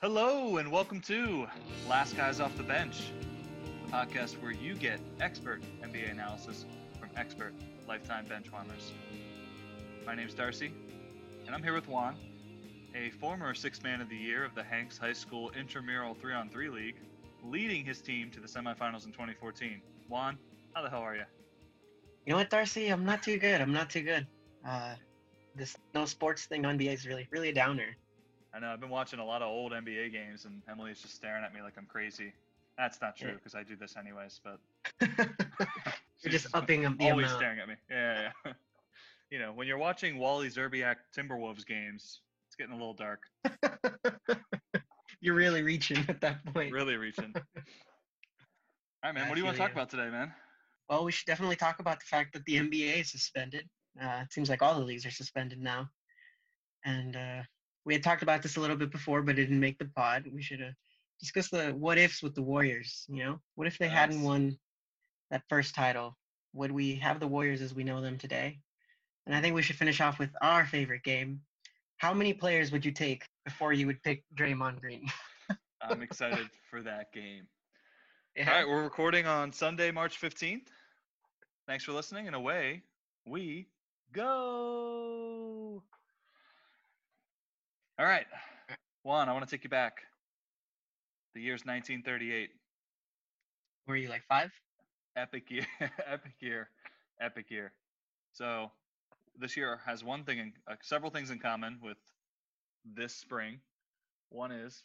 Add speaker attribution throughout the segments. Speaker 1: Hello, and welcome to Last Guys Off the Bench, the podcast where you get expert NBA analysis from expert lifetime benchwarmers. My name's Darcy, and I'm here with Juan, a former Sixth Man of the Year of the Hanks High School Intramural 3 on 3 League, leading his team to the semifinals in 2014. Juan, how the hell are you?
Speaker 2: You know what, Darcy? I'm not too good. I'm not too good. Uh, this no sports thing on NBA is really, really a downer.
Speaker 1: I know I've been watching a lot of old NBA games, and Emily's just staring at me like I'm crazy. That's not true
Speaker 2: Yeah.
Speaker 1: because I do this anyways, but
Speaker 2: You're just upping up the
Speaker 1: always
Speaker 2: amount.
Speaker 1: staring at me. Yeah, yeah. you know, when you're watching Wally Zerbiak Timberwolves games, it's getting a little dark.
Speaker 2: You're really reaching at that point.
Speaker 1: Really reaching. All right, man.
Speaker 2: I
Speaker 1: What do you want to
Speaker 2: feel
Speaker 1: talk
Speaker 2: ya.
Speaker 1: about today, man?
Speaker 2: Well, we should definitely talk about the fact that the NBA is suspended. Uh, it seems like all the leagues are suspended now. And uh, we had talked about this a little bit before, but it didn't make the pod. We should uh, discuss the what ifs with the Warriors. You know, what if they hadn't
Speaker 1: Yes.
Speaker 2: won that first title? Would we have the Warriors as we know them today? And I think we should finish off with our favorite game. How many players would you take before you would pick Draymond Green?
Speaker 1: I'm excited for that game. All right, we're recording on Sunday, March 15th. Thanks for listening, and away we go. All right, Juan, I want to take you back. The year's 1938.
Speaker 2: Were you like five?
Speaker 1: epic year, epic year, epic year. So this year has one thing, in, uh, several things in common with this spring. One is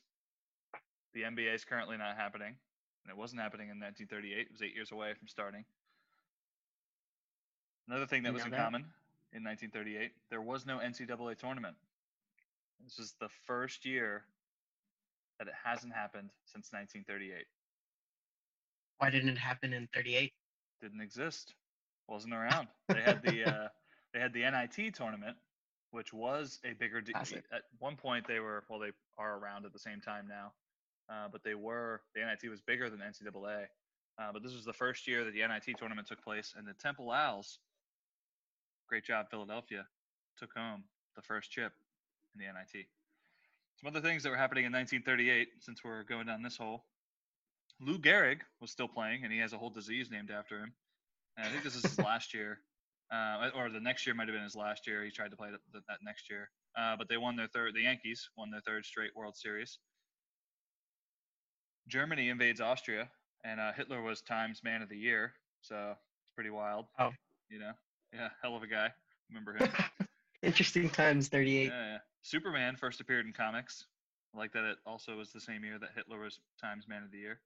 Speaker 1: the NBA is currently not happening, and it wasn't happening in 1938. It was eight years away from starting. Another thing that
Speaker 2: You
Speaker 1: was
Speaker 2: know
Speaker 1: in
Speaker 2: that?
Speaker 1: common in 1938, there was no NCAA tournament. This is the first year that it hasn't happened since 1938.
Speaker 2: Why didn't it happen in 38?
Speaker 1: didn't exist, wasn't around. They had the uh, they had the NIT tournament, which was a bigger deal.
Speaker 2: Classic.
Speaker 1: At one point, they were well, they are around at the same time now, uh, but they were the NIT was bigger than NCAA. Uh, but this was the first year that the NIT tournament took place, and the Temple Owls, great job Philadelphia, took home the first chip in the NIT. Some other things that were happening in 1938, since we're going down this hole. Lou Gehrig was still playing, and he has a whole disease named after him. And I think this is his last year, uh, or the next year might have been his last year. He tried to play th- th- that next year, uh, but they won their third. The Yankees won their third straight World Series. Germany invades Austria, and uh, Hitler was Times Man of the Year, so it's pretty wild.
Speaker 2: Oh.
Speaker 1: you know, yeah, hell of a guy. Remember him?
Speaker 2: Interesting times, 38.
Speaker 1: Yeah, yeah. Superman first appeared in comics. I like that it also was the same year that Hitler was Times Man of the Year.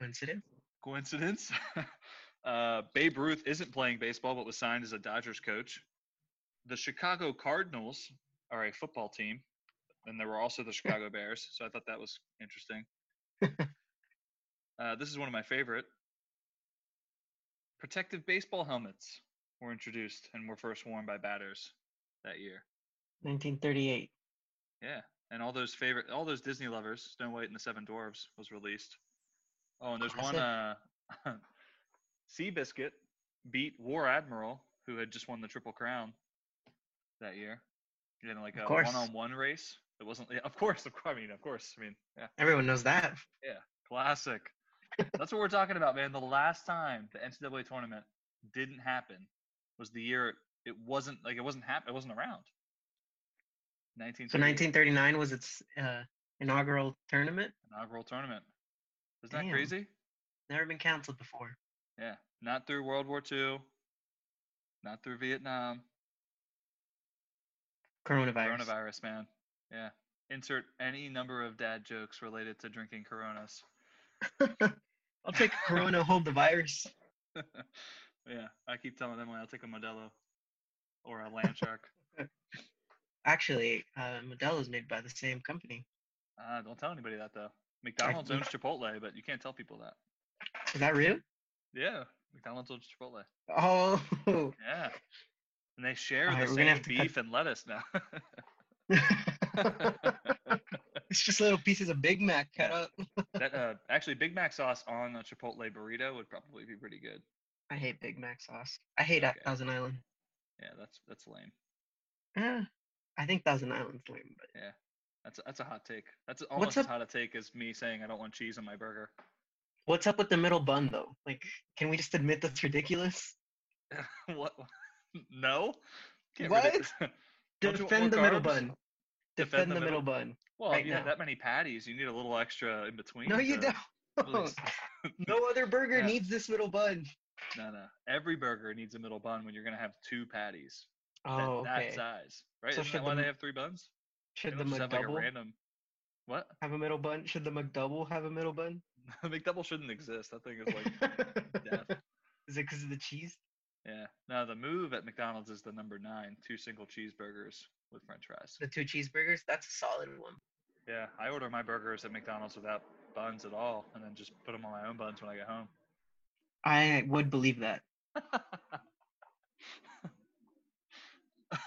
Speaker 2: Coincidence?
Speaker 1: Coincidence? uh, Babe Ruth isn't playing baseball but was signed as a Dodgers coach. The Chicago Cardinals are a football team, and there were also the Chicago Bears, so I thought that was interesting. uh, this is one of my favorite. Protective baseball helmets were introduced and were first worn by batters that year.
Speaker 2: 1938.
Speaker 1: Yeah, and all those favorite, all those Disney lovers, Snow White and the Seven Dwarves was released. Oh, and there's one. Uh, Seabiscuit beat War Admiral, who had just won the Triple Crown that year, in like
Speaker 2: Of
Speaker 1: a
Speaker 2: course.
Speaker 1: one-on-one race. It wasn't. Yeah, of course, of course. I mean, of course. I mean, yeah,
Speaker 2: Everyone knows that.
Speaker 1: classic. That's what we're talking about, man. The last time the NCAA tournament didn't happen was the year it wasn't like it wasn't hap- It wasn't around. Nineteen.
Speaker 2: So 1939 was its uh, inaugural tournament.
Speaker 1: inaugural tournament. Isn't that
Speaker 2: Damn.
Speaker 1: crazy?
Speaker 2: Never been canceled before.
Speaker 1: Yeah. Not through World War II, not through Vietnam.
Speaker 2: Coronavirus.
Speaker 1: Coronavirus, man. Yeah. Insert any number of dad jokes related to drinking Coronas.
Speaker 2: I'll take Corona, hold the virus.
Speaker 1: yeah. I keep telling Emily I'll take a Modelo or a Land Shark.
Speaker 2: Actually, uh, Modelo is made by the same company.
Speaker 1: uh, don't tell anybody that, though. McDonald's owns Chipotle, but you can't tell people that.
Speaker 2: Is that real?
Speaker 1: Yeah. McDonald's owns Chipotle.
Speaker 2: Oh,
Speaker 1: Yeah. And they share
Speaker 2: All right,
Speaker 1: the
Speaker 2: we're gonna
Speaker 1: same
Speaker 2: have to cut-
Speaker 1: beef and lettuce now.
Speaker 2: it's just little pieces of Big Mac cut up.
Speaker 1: That uh, actually, Big Mac sauce on a Chipotle burrito would probably be pretty good.
Speaker 2: I hate Big Mac sauce. I hate
Speaker 1: Okay.
Speaker 2: Thousand Island.
Speaker 1: Yeah, that's that's lame.
Speaker 2: Eh, I think Thousand Island's lame, but
Speaker 1: Yeah, That's a, that's a hot take. That's almost
Speaker 2: What's
Speaker 1: as
Speaker 2: up-
Speaker 1: hot a take as me saying I don't want cheese on my burger.
Speaker 2: What's up with the middle bun though? Like, can we just admit that's ridiculous?
Speaker 1: what? No. rid of- Don't you want
Speaker 2: Defend the
Speaker 1: more
Speaker 2: middle
Speaker 1: carbs?
Speaker 2: bun. Defend the middle bun.
Speaker 1: Well,
Speaker 2: right
Speaker 1: if you have
Speaker 2: now.
Speaker 1: that many patties, you need a little extra in between.
Speaker 2: No, you
Speaker 1: to-
Speaker 2: don't. No other burger
Speaker 1: Yeah.
Speaker 2: needs this middle bun.
Speaker 1: No, no. Every burger needs a middle bun when you're gonna have two patties that,
Speaker 2: Oh,
Speaker 1: that
Speaker 2: okay.
Speaker 1: size, right?
Speaker 2: So
Speaker 1: Isn't
Speaker 2: should
Speaker 1: that why
Speaker 2: the
Speaker 1: they
Speaker 2: m-
Speaker 1: have three buns? They
Speaker 2: Should the
Speaker 1: don't just have like a
Speaker 2: McDouble
Speaker 1: random. What?
Speaker 2: have a middle bun? Should the McDouble have a middle bun?
Speaker 1: McDouble shouldn't exist. That thing is like death.
Speaker 2: Is it because of the cheese?
Speaker 1: Yeah. Now the move at McDonald's is the number nine, two single cheeseburgers with French fries.
Speaker 2: The two cheeseburgers? That's a solid one.
Speaker 1: Yeah, I order my burgers at McDonald's without buns at all, and then just put them on my own buns when I get home.
Speaker 2: I would believe that.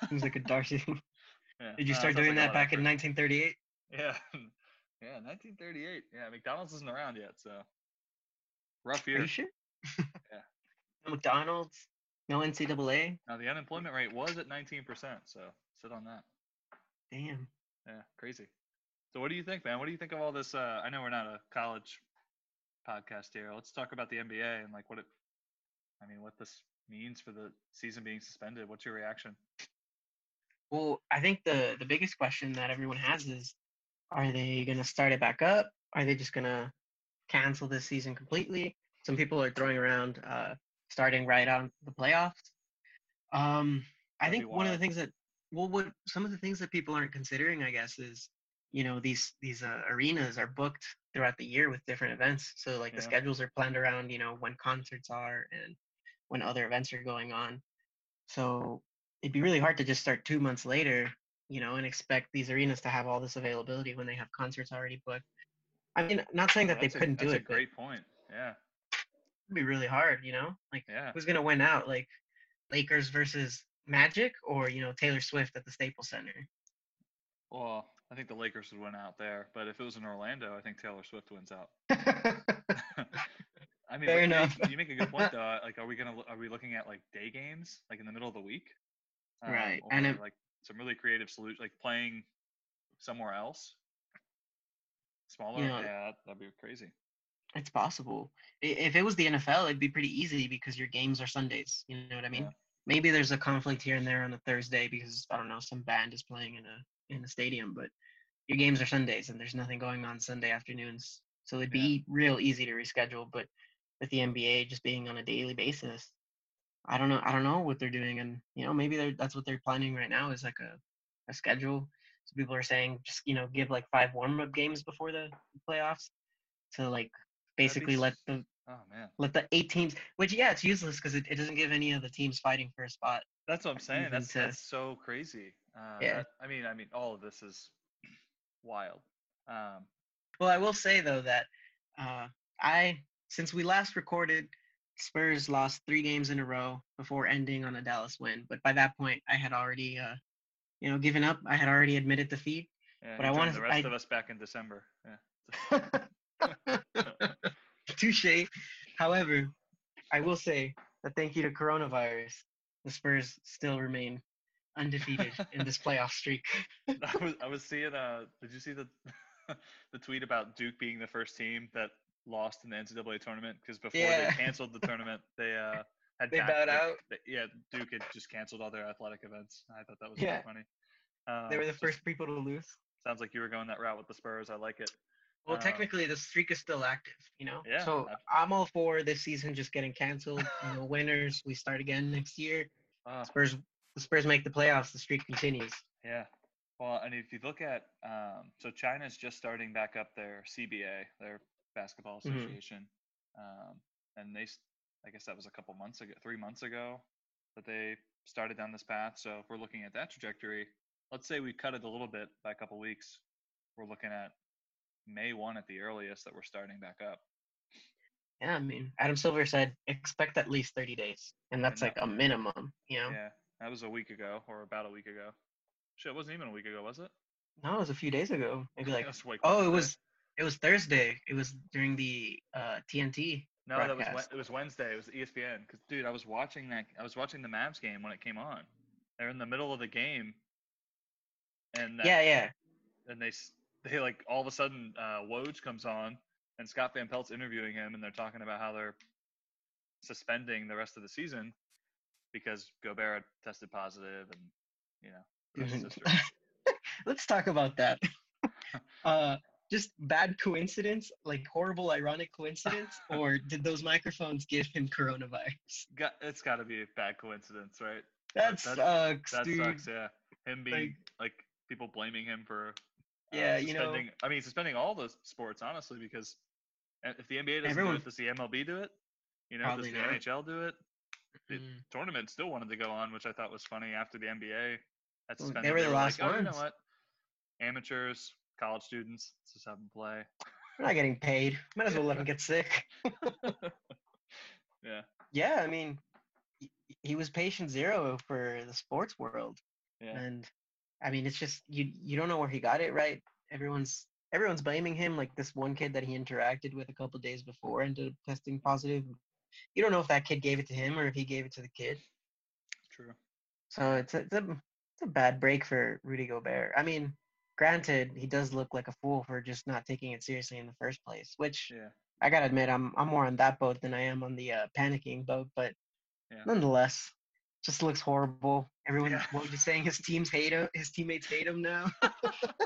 Speaker 2: Seems like a Darcy.
Speaker 1: Yeah,
Speaker 2: Did you
Speaker 1: uh,
Speaker 2: start
Speaker 1: sounds like a
Speaker 2: doing that
Speaker 1: lot of
Speaker 2: back in
Speaker 1: effort.
Speaker 2: 1938?
Speaker 1: Yeah, yeah, 1938. Yeah, McDonald's isn't around yet, so rough
Speaker 2: Are
Speaker 1: year.
Speaker 2: you sure?
Speaker 1: Yeah.
Speaker 2: No McDonald's, no NCAA.
Speaker 1: Now the unemployment rate was at 19%, so sit on that.
Speaker 2: Damn.
Speaker 1: Yeah, crazy. So what do you think, man? What do you think of all this? Uh, I know we're not a college podcast here. Let's talk about the NBA and like what it. I mean, what this means for the season being suspended. What's your reaction?
Speaker 2: Well, I think the the biggest question that everyone has is, are they gonna start it back up? Are they just gonna cancel this season completely? Some people are throwing around uh, starting right on the playoffs. Um, I
Speaker 1: That'd be
Speaker 2: think one of the
Speaker 1: wild.
Speaker 2: things that well, what some of the things that people aren't considering, I guess, is you know these these uh, arenas are booked throughout the year with different events, so like the
Speaker 1: Yeah.
Speaker 2: schedules are planned around you know when concerts are and when other events are going on. So it'd be really hard to just start two months later, you know, and expect these arenas to have all this availability when they have concerts already booked. I mean, not saying that they
Speaker 1: Oh, That's a-
Speaker 2: couldn't do
Speaker 1: that's a
Speaker 2: it, but it'd
Speaker 1: great point. Yeah,
Speaker 2: be really hard, you know? Like,
Speaker 1: yeah.
Speaker 2: who's going to win out? Like, Lakers versus Magic or, you know, Taylor Swift at the Staples Center?
Speaker 1: Well, I think the Lakers would win out there, but if it was in Orlando, I think Taylor Swift wins out. I mean,
Speaker 2: Fair
Speaker 1: but you
Speaker 2: enough.
Speaker 1: make- You make a good point though. Like, are we gonna lo- are we looking at like day games, like in the middle of the week, Um,
Speaker 2: Right,
Speaker 1: Or
Speaker 2: and it-
Speaker 1: like some really creative solution, like playing somewhere else, smaller.
Speaker 2: Yeah.
Speaker 1: yeah, that'd be crazy.
Speaker 2: it's possible. I- If it was the NFL, it'd be pretty easy because your games are Sundays. You know what I mean?
Speaker 1: Yeah.
Speaker 2: Maybe there's a conflict here and there on a Thursday because I don't know some band is playing in a in a stadium, but your games are Sundays and there's nothing going on Sunday afternoons, so it'd
Speaker 1: Yeah.
Speaker 2: be real easy to reschedule. But with the NBA just being on a daily basis, I don't know. I don't know what they're doing, and you know maybe they're that's what they're planning right now is like a a schedule. So people are saying just you know give like five warm up games before the playoffs to like basically let
Speaker 1: s-
Speaker 2: the
Speaker 1: Oh man,
Speaker 2: let the eight teams which yeah it's useless because it, it doesn't give any of the teams fighting for a spot
Speaker 1: that's what I'm saying.
Speaker 2: even
Speaker 1: That's
Speaker 2: to-
Speaker 1: that's so crazy. Uh,
Speaker 2: Yeah.
Speaker 1: that- I mean, I mean, all of this is wild. Um,
Speaker 2: well i will say though that uh, i since we last recorded spurs lost three games in a row before ending on a dallas win but by that point i had already uh, you know given up i had already admitted defeat
Speaker 1: yeah,
Speaker 2: But
Speaker 1: you
Speaker 2: I
Speaker 1: joined
Speaker 2: wanna-
Speaker 1: the rest
Speaker 2: I-
Speaker 1: of us back in December. Yeah.
Speaker 2: touche however i will say that thank you to coronavirus the spurs still remain undefeated in this playoff streak
Speaker 1: I was I was seeing uh did you see the the tweet about Duke being the first team that lost in the NCAA tournament because before
Speaker 2: Yeah.
Speaker 1: they canceled the tournament they uh had
Speaker 2: They
Speaker 1: back-
Speaker 2: bowed
Speaker 1: they-
Speaker 2: out.
Speaker 1: they- yeah Duke had just canceled all their athletic events I thought that was
Speaker 2: Yeah.
Speaker 1: yeah. funny uh,
Speaker 2: they were the
Speaker 1: just
Speaker 2: first people to lose
Speaker 1: sounds like you were going that route with the Spurs I like it
Speaker 2: Well,
Speaker 1: Uh,
Speaker 2: technically, the streak is still active, you know.
Speaker 1: Yeah,
Speaker 2: So
Speaker 1: ab-
Speaker 2: I'm all for this season just getting canceled. no winners. We start again next year.
Speaker 1: uh,
Speaker 2: Spurs. The Spurs make the playoffs. The streak continues.
Speaker 1: yeah well and if you look at um so China's just starting back up their CBA their basketball
Speaker 2: Mhm.
Speaker 1: association um and they s- I guess that was a couple months ago, three months ago, that they started down this path. So if we're looking at that trajectory, let's say we cut it a little bit by a couple weeks, we're looking at May one at the earliest that we're starting back up.
Speaker 2: Yeah, I mean, Adam Silver said expect at least 30 days, and that's
Speaker 1: And
Speaker 2: like
Speaker 1: that-
Speaker 2: a minimum, you know.
Speaker 1: Yeah, that was a week ago or about a week ago. Shit, it wasn't even a week ago, was it?
Speaker 2: No, it was a few days ago. Maybe like,
Speaker 1: That's way
Speaker 2: oh,
Speaker 1: closer.
Speaker 2: it was, it was Thursday. It was during the uh, TNT.
Speaker 1: No, that was
Speaker 2: broadcast.
Speaker 1: Wed- it was Wednesday. It was E ESPN. Because dude, I was watching that. I was watching the Mavs game when it came on. They're in the middle of the game, and that
Speaker 2: Yeah, yeah.
Speaker 1: and they s- they like all of a sudden uh, Woj comes on and Scott Van Pelt's interviewing him, and they're talking about how they're suspending the rest of the season because Gobert had tested positive, and you know, the rest is
Speaker 2: Mhm.
Speaker 1: history.
Speaker 2: Let's talk about that. uh, just bad coincidence, like horrible ironic coincidence, or did those microphones give him coronavirus?
Speaker 1: Got, it's got to be a bad coincidence, right?
Speaker 2: That
Speaker 1: that-
Speaker 2: sucks,
Speaker 1: That
Speaker 2: uh, dude.
Speaker 1: sucks. Yeah, him being like, people blaming him for uh,
Speaker 2: Yeah, you know-
Speaker 1: suspending, I mean suspending all the sports honestly because uh, if the NBA doesn't
Speaker 2: Everyone-
Speaker 1: do it, does the MLB do it? You know,
Speaker 2: Probably
Speaker 1: does the
Speaker 2: not.
Speaker 1: NHL do it? it-
Speaker 2: Mm.
Speaker 1: Tournament still wanted to go on, which I thought was funny after the NBA. That's
Speaker 2: Well, they
Speaker 1: suspended.
Speaker 2: were the last
Speaker 1: like, Oh, you know
Speaker 2: ones.
Speaker 1: what? Amateurs, college students, let's just have them play.
Speaker 2: We're not getting paid. Might as well let him get sick.
Speaker 1: Yeah.
Speaker 2: Yeah, I mean, he- he was patient zero for the sports world,
Speaker 1: Yeah.
Speaker 2: and I mean, it's just you you don't know where he got it, right? Everyone's everyone's blaming him. Like this one kid that he interacted with a couple days before ended up testing positive. You don't know if that kid gave it to him or if he gave it to the kid.
Speaker 1: True.
Speaker 2: So it's a, it's a it's a bad break for Rudy Gobert. I mean, granted, he does look like a fool for just not taking it seriously in the first place, which
Speaker 1: Yeah.
Speaker 2: I gotta admit, I'm I'm more on that boat than I am on the uh, panicking boat, but
Speaker 1: Yeah.
Speaker 2: nonetheless, just looks horrible. Everyone
Speaker 1: Yeah.
Speaker 2: what was you saying his teams hate him, his teammates hate him now.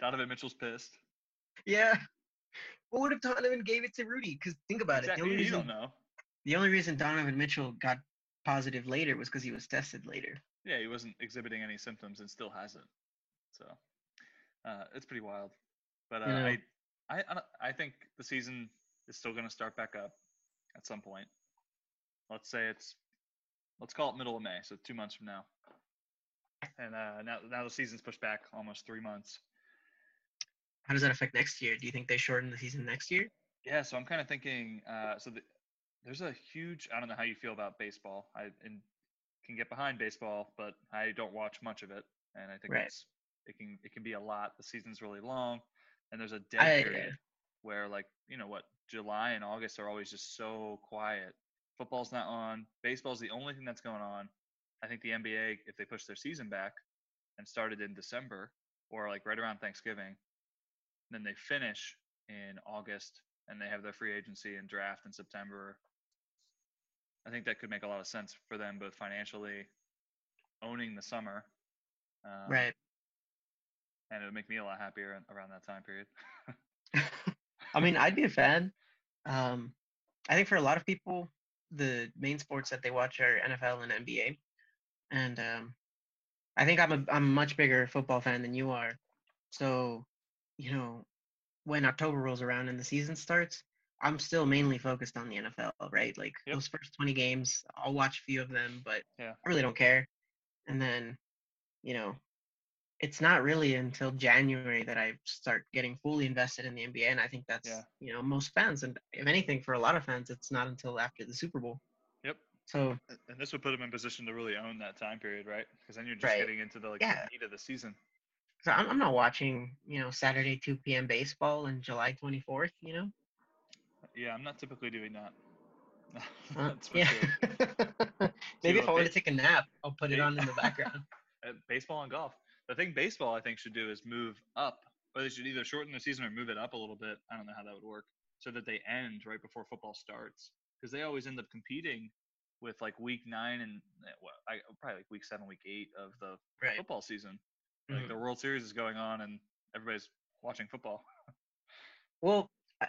Speaker 1: Donovan Mitchell's pissed.
Speaker 2: yeah. What would if Donovan gave it to Rudy? Because think about
Speaker 1: exactly.
Speaker 2: it, the
Speaker 1: You
Speaker 2: only,
Speaker 1: don't
Speaker 2: reason,
Speaker 1: know.
Speaker 2: the only reason Donovan Mitchell got positive later was because he was tested later.
Speaker 1: Yeah, he wasn't exhibiting any symptoms and still hasn't. So uh, it's pretty wild. But uh,
Speaker 2: Yeah.
Speaker 1: I, I, I, don't- I think the season is still going to start back up at some point. Let's say it's, let's call it middle of May, so two months from now. And uh, now, now the season's pushed back almost three months.
Speaker 2: How does that affect next year? Do you think they shorten the season next year?
Speaker 1: Yeah, so I'm kind of thinking. Uh, so the, there's a huge. I don't know how you feel about baseball. I and can get behind baseball, but I don't watch much of it, and I think
Speaker 2: Right.
Speaker 1: it's it can it can be a lot. The season's really long, and there's a dead
Speaker 2: I-
Speaker 1: period where like you know what July and August are always just so quiet. Football's not on. Baseball's the only thing that's going on. I think the NBA, if they push their season back and started in December or like right around Thanksgiving, then they finish in August and they have their free agency and draft in September. I think that could make a lot of sense for them, both financially, owning the summer, um,
Speaker 2: right.
Speaker 1: And it would make me a lot happier in- around that time period.
Speaker 2: I mean, I'd be a fan. Um, I think for a lot of people, the main sports that they watch are NFL and NBA, and um, I think I'm a I'm a much bigger football fan than you are. So, you know, when October rolls around and the season starts, I'm still mainly focused on the NFL, right? Like
Speaker 1: Yep.
Speaker 2: those first 20 games, I'll watch a few of them, but
Speaker 1: Yeah.
Speaker 2: I really don't care. And then, you know, it's not really until January that I start getting fully invested in the NBA, and I think that's
Speaker 1: Yeah.
Speaker 2: you know most fans, and if anything, for a lot of fans, it's not until after the Super Bowl.
Speaker 1: Yep.
Speaker 2: So
Speaker 1: A- And this would put them in position to really own that time period, right? Because then you're just
Speaker 2: Right.
Speaker 1: getting into the like
Speaker 2: Yeah.
Speaker 1: the meat of the season.
Speaker 2: So I'm, I'm not watching, you know, Saturday 2 p.m. baseball and July 24th, you know?
Speaker 1: Yeah, I'm not typically doing that.
Speaker 2: Uh,
Speaker 1: That's for
Speaker 2: yeah.
Speaker 1: sure.
Speaker 2: Maybe
Speaker 1: you
Speaker 2: if
Speaker 1: a
Speaker 2: I want to
Speaker 1: bit-
Speaker 2: take a nap, I'll put it
Speaker 1: Yeah.
Speaker 2: on in the background.
Speaker 1: Uh, baseball and golf. The thing baseball I think should do is move up, or they should either shorten the season or move it up a little bit. I don't know how that would work, so that they end right before football starts, because they always end up competing with like week nine and uh, well, I, probably like week seven, week eight of the
Speaker 2: Right.
Speaker 1: football season.
Speaker 2: Mhm.
Speaker 1: Like the World Series is going on and everybody's watching football.
Speaker 2: Well, I,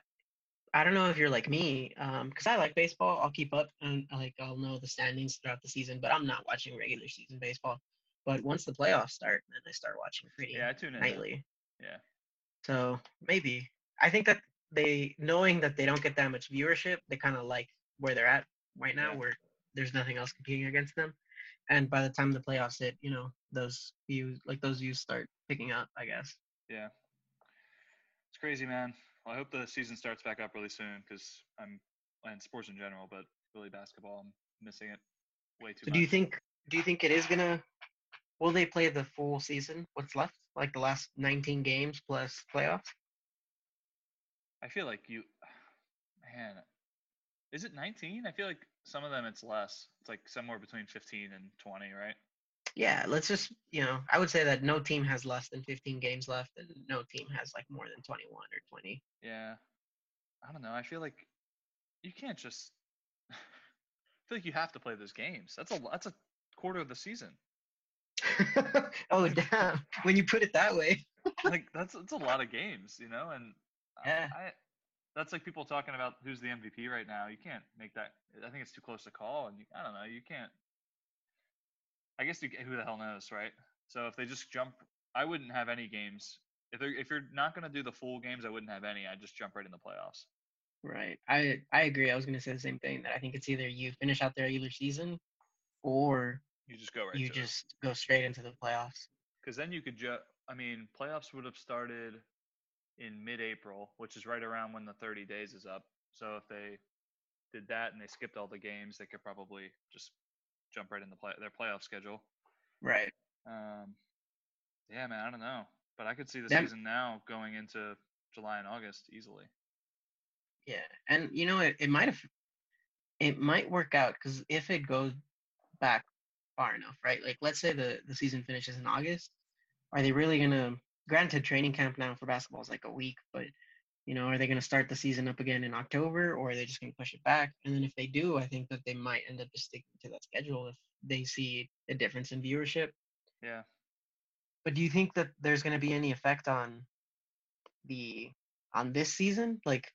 Speaker 2: I don't know if you're like me, because I like baseball. I'll keep up and like I'll know the standings throughout the season, but I'm not watching regular season baseball. But once the playoffs start, then I start watching pretty
Speaker 1: Yeah, I tune in.
Speaker 2: nightly.
Speaker 1: Yeah.
Speaker 2: So maybe I think that they, knowing that they don't get that much viewership, they kind of like where they're at right now,
Speaker 1: Yeah.
Speaker 2: where there's nothing else competing against them. And by the time the playoffs hit, you know, those views, like those views, start picking up. I guess.
Speaker 1: Yeah. It's crazy, man. Well, I hope the season starts back up really soon because I'm and sports in general, but really basketball, I'm missing it way too
Speaker 2: So
Speaker 1: much.
Speaker 2: do you think do you think it is gonna will they play the full season? What's left? Like the last nineteen games plus playoffs?
Speaker 1: I feel like you, man, is it 19? I feel like some of them it's less. It's like somewhere between 15 and 20, right?
Speaker 2: Yeah, let's just you know, I would say that no team has less than 15 games left, and no team has like more than 21 or 20.
Speaker 1: Yeah. I don't know. I feel like you can't just. I feel like you have to play those games. That's a that's a quarter of the season.
Speaker 2: oh damn! When you put it that way,
Speaker 1: Like that's that's a lot of games, you know. And I-
Speaker 2: Yeah.
Speaker 1: I, that's like people talking about who's the MVP right now. You can't make that. I think it's too close to call. And you, I don't know. You can't. I guess you, ca- who the hell knows, right? So if they just jump, I wouldn't have any games. If they're, if you're not gonna do the full games, I wouldn't have any. I'd just jump right in the playoffs.
Speaker 2: right? I I agree. I was gonna say the same thing that I think it's either you finish out the regular season, or
Speaker 1: You just go right.
Speaker 2: you
Speaker 1: to it.
Speaker 2: just go straight into the playoffs.
Speaker 1: because then you could ju- i mean playoffs would have started in mid-april which is right around when the 30 days is up so if they did that and they skipped all the games they could probably just jump right in the play- their playoff schedule
Speaker 2: Right.
Speaker 1: um, yeah man i don't know but i could see the
Speaker 2: Them-
Speaker 1: season now going into july and august easily
Speaker 2: Yeah, and you know it, it might have, it might work out because if it goes back far enough, right? Like let's say the the season finishes in August, are they really gonna? Granted, training camp now for basketball is like a week, but you know, are they gonna start the season up again in October, or are they just gonna push it back? And then if they do, I think that they might end up just sticking to that schedule if they see a difference in viewership.
Speaker 1: yeah
Speaker 2: But do you think that there's going to be any effect on the on this season? Like,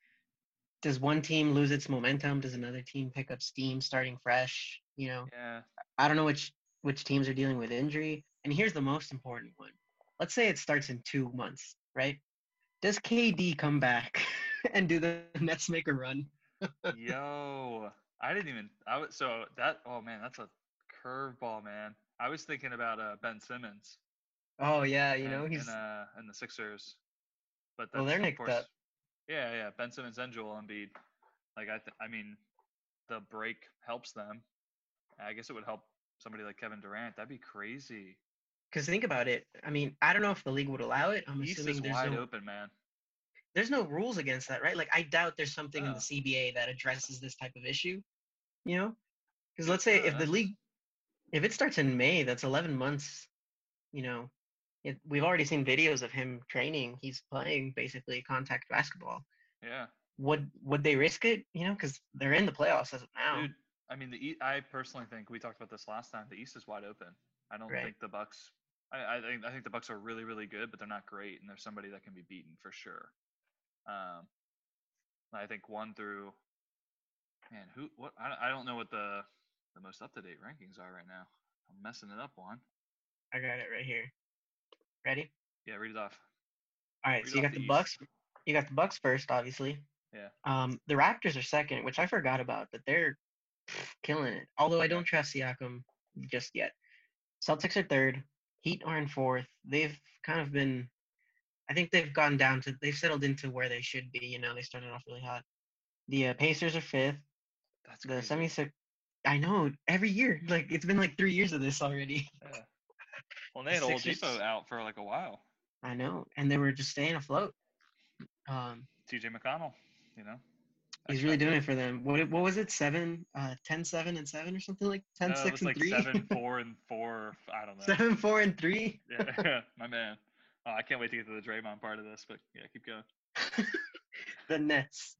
Speaker 2: does one team lose its momentum? Does another team pick up steam, starting fresh? You know,
Speaker 1: yeah
Speaker 2: I don't know which which teams are dealing with injury. And here's the most important one. Let's say it starts in two months, right? Does KD come back and do the Nets make a run?
Speaker 1: yo i didn't even i was so that oh man that's a curveball man i was thinking about uh, ben simmons
Speaker 2: Oh yeah, you
Speaker 1: and-
Speaker 2: know
Speaker 1: and,
Speaker 2: he's
Speaker 1: uh, and the Sixers. But that's,
Speaker 2: Well, they're
Speaker 1: of
Speaker 2: nicked
Speaker 1: course,
Speaker 2: up.
Speaker 1: yeah, yeah. Ben Simmons and Joel Embiid. Like I, th- I mean, the break helps them. I guess it would help somebody like Kevin Durant. That'd be crazy.
Speaker 2: because think about it. I mean, I don't know if the league would allow it. I'm
Speaker 1: East is
Speaker 2: assuming there's
Speaker 1: wide
Speaker 2: no
Speaker 1: open, man.
Speaker 2: there's no rules against that, right? Like I doubt there's something in
Speaker 1: Oh.
Speaker 2: the CBA that addresses this type of issue. You know, because let's say
Speaker 1: Oh,
Speaker 2: if the
Speaker 1: that's-
Speaker 2: league, if it starts in May, that's 11 months. You know, it, we've already seen videos of him training. He's playing basically contact basketball.
Speaker 1: Yeah,
Speaker 2: Would would they risk it? You know, because they're in the playoffs as of now.
Speaker 1: dude. I mean, the e- I personally think we talked about this last time. The East is wide open. I don't
Speaker 2: Right.
Speaker 1: think the Bucks. I, I think I think the Bucks are really really good, but they're not great, and they're somebody that can be beaten for sure. Um, I think one through. Man, who? What? I, don't- I don't know what the the most up to date rankings are right now. I'm messing it up. One.
Speaker 2: I got it right here. Ready?
Speaker 1: Yeah, read it off.
Speaker 2: All right.
Speaker 1: Read
Speaker 2: So you
Speaker 1: off
Speaker 2: got
Speaker 1: the
Speaker 2: the
Speaker 1: East.
Speaker 2: Bucks. You got the Bucks first, obviously.
Speaker 1: Yeah.
Speaker 2: Um, the Raptors are second, which I forgot about, but they're killing it. Although I don't trust Siakam just yet. Celtics are third. Heat are in fourth. They've kind of been, I think they've gone down to, they've settled into where they should be. You know, they started off really hot. The uh, Pacers are fifth.
Speaker 1: That's
Speaker 2: The
Speaker 1: crazy.
Speaker 2: 76, I know, every year. Like, it's been like three years of this already.
Speaker 1: Yeah. Well, they had Old
Speaker 2: Sixers-
Speaker 1: Depot out for like a while.
Speaker 2: I know. And they were just staying afloat. Um,
Speaker 1: T.J. McConnell, you know.
Speaker 2: he's really doing it for them. What, what was it? Seven, uh, 10, seven, and seven or something like 10,
Speaker 1: No, Uh, it
Speaker 2: six,
Speaker 1: was
Speaker 2: and
Speaker 1: like
Speaker 2: three?
Speaker 1: seven, four, and four. or f- I don't know.
Speaker 2: Seven, four, and three.
Speaker 1: Yeah, my man. Oh, I can't wait to get to the Draymond part of this, but yeah, keep going.
Speaker 2: The Nets.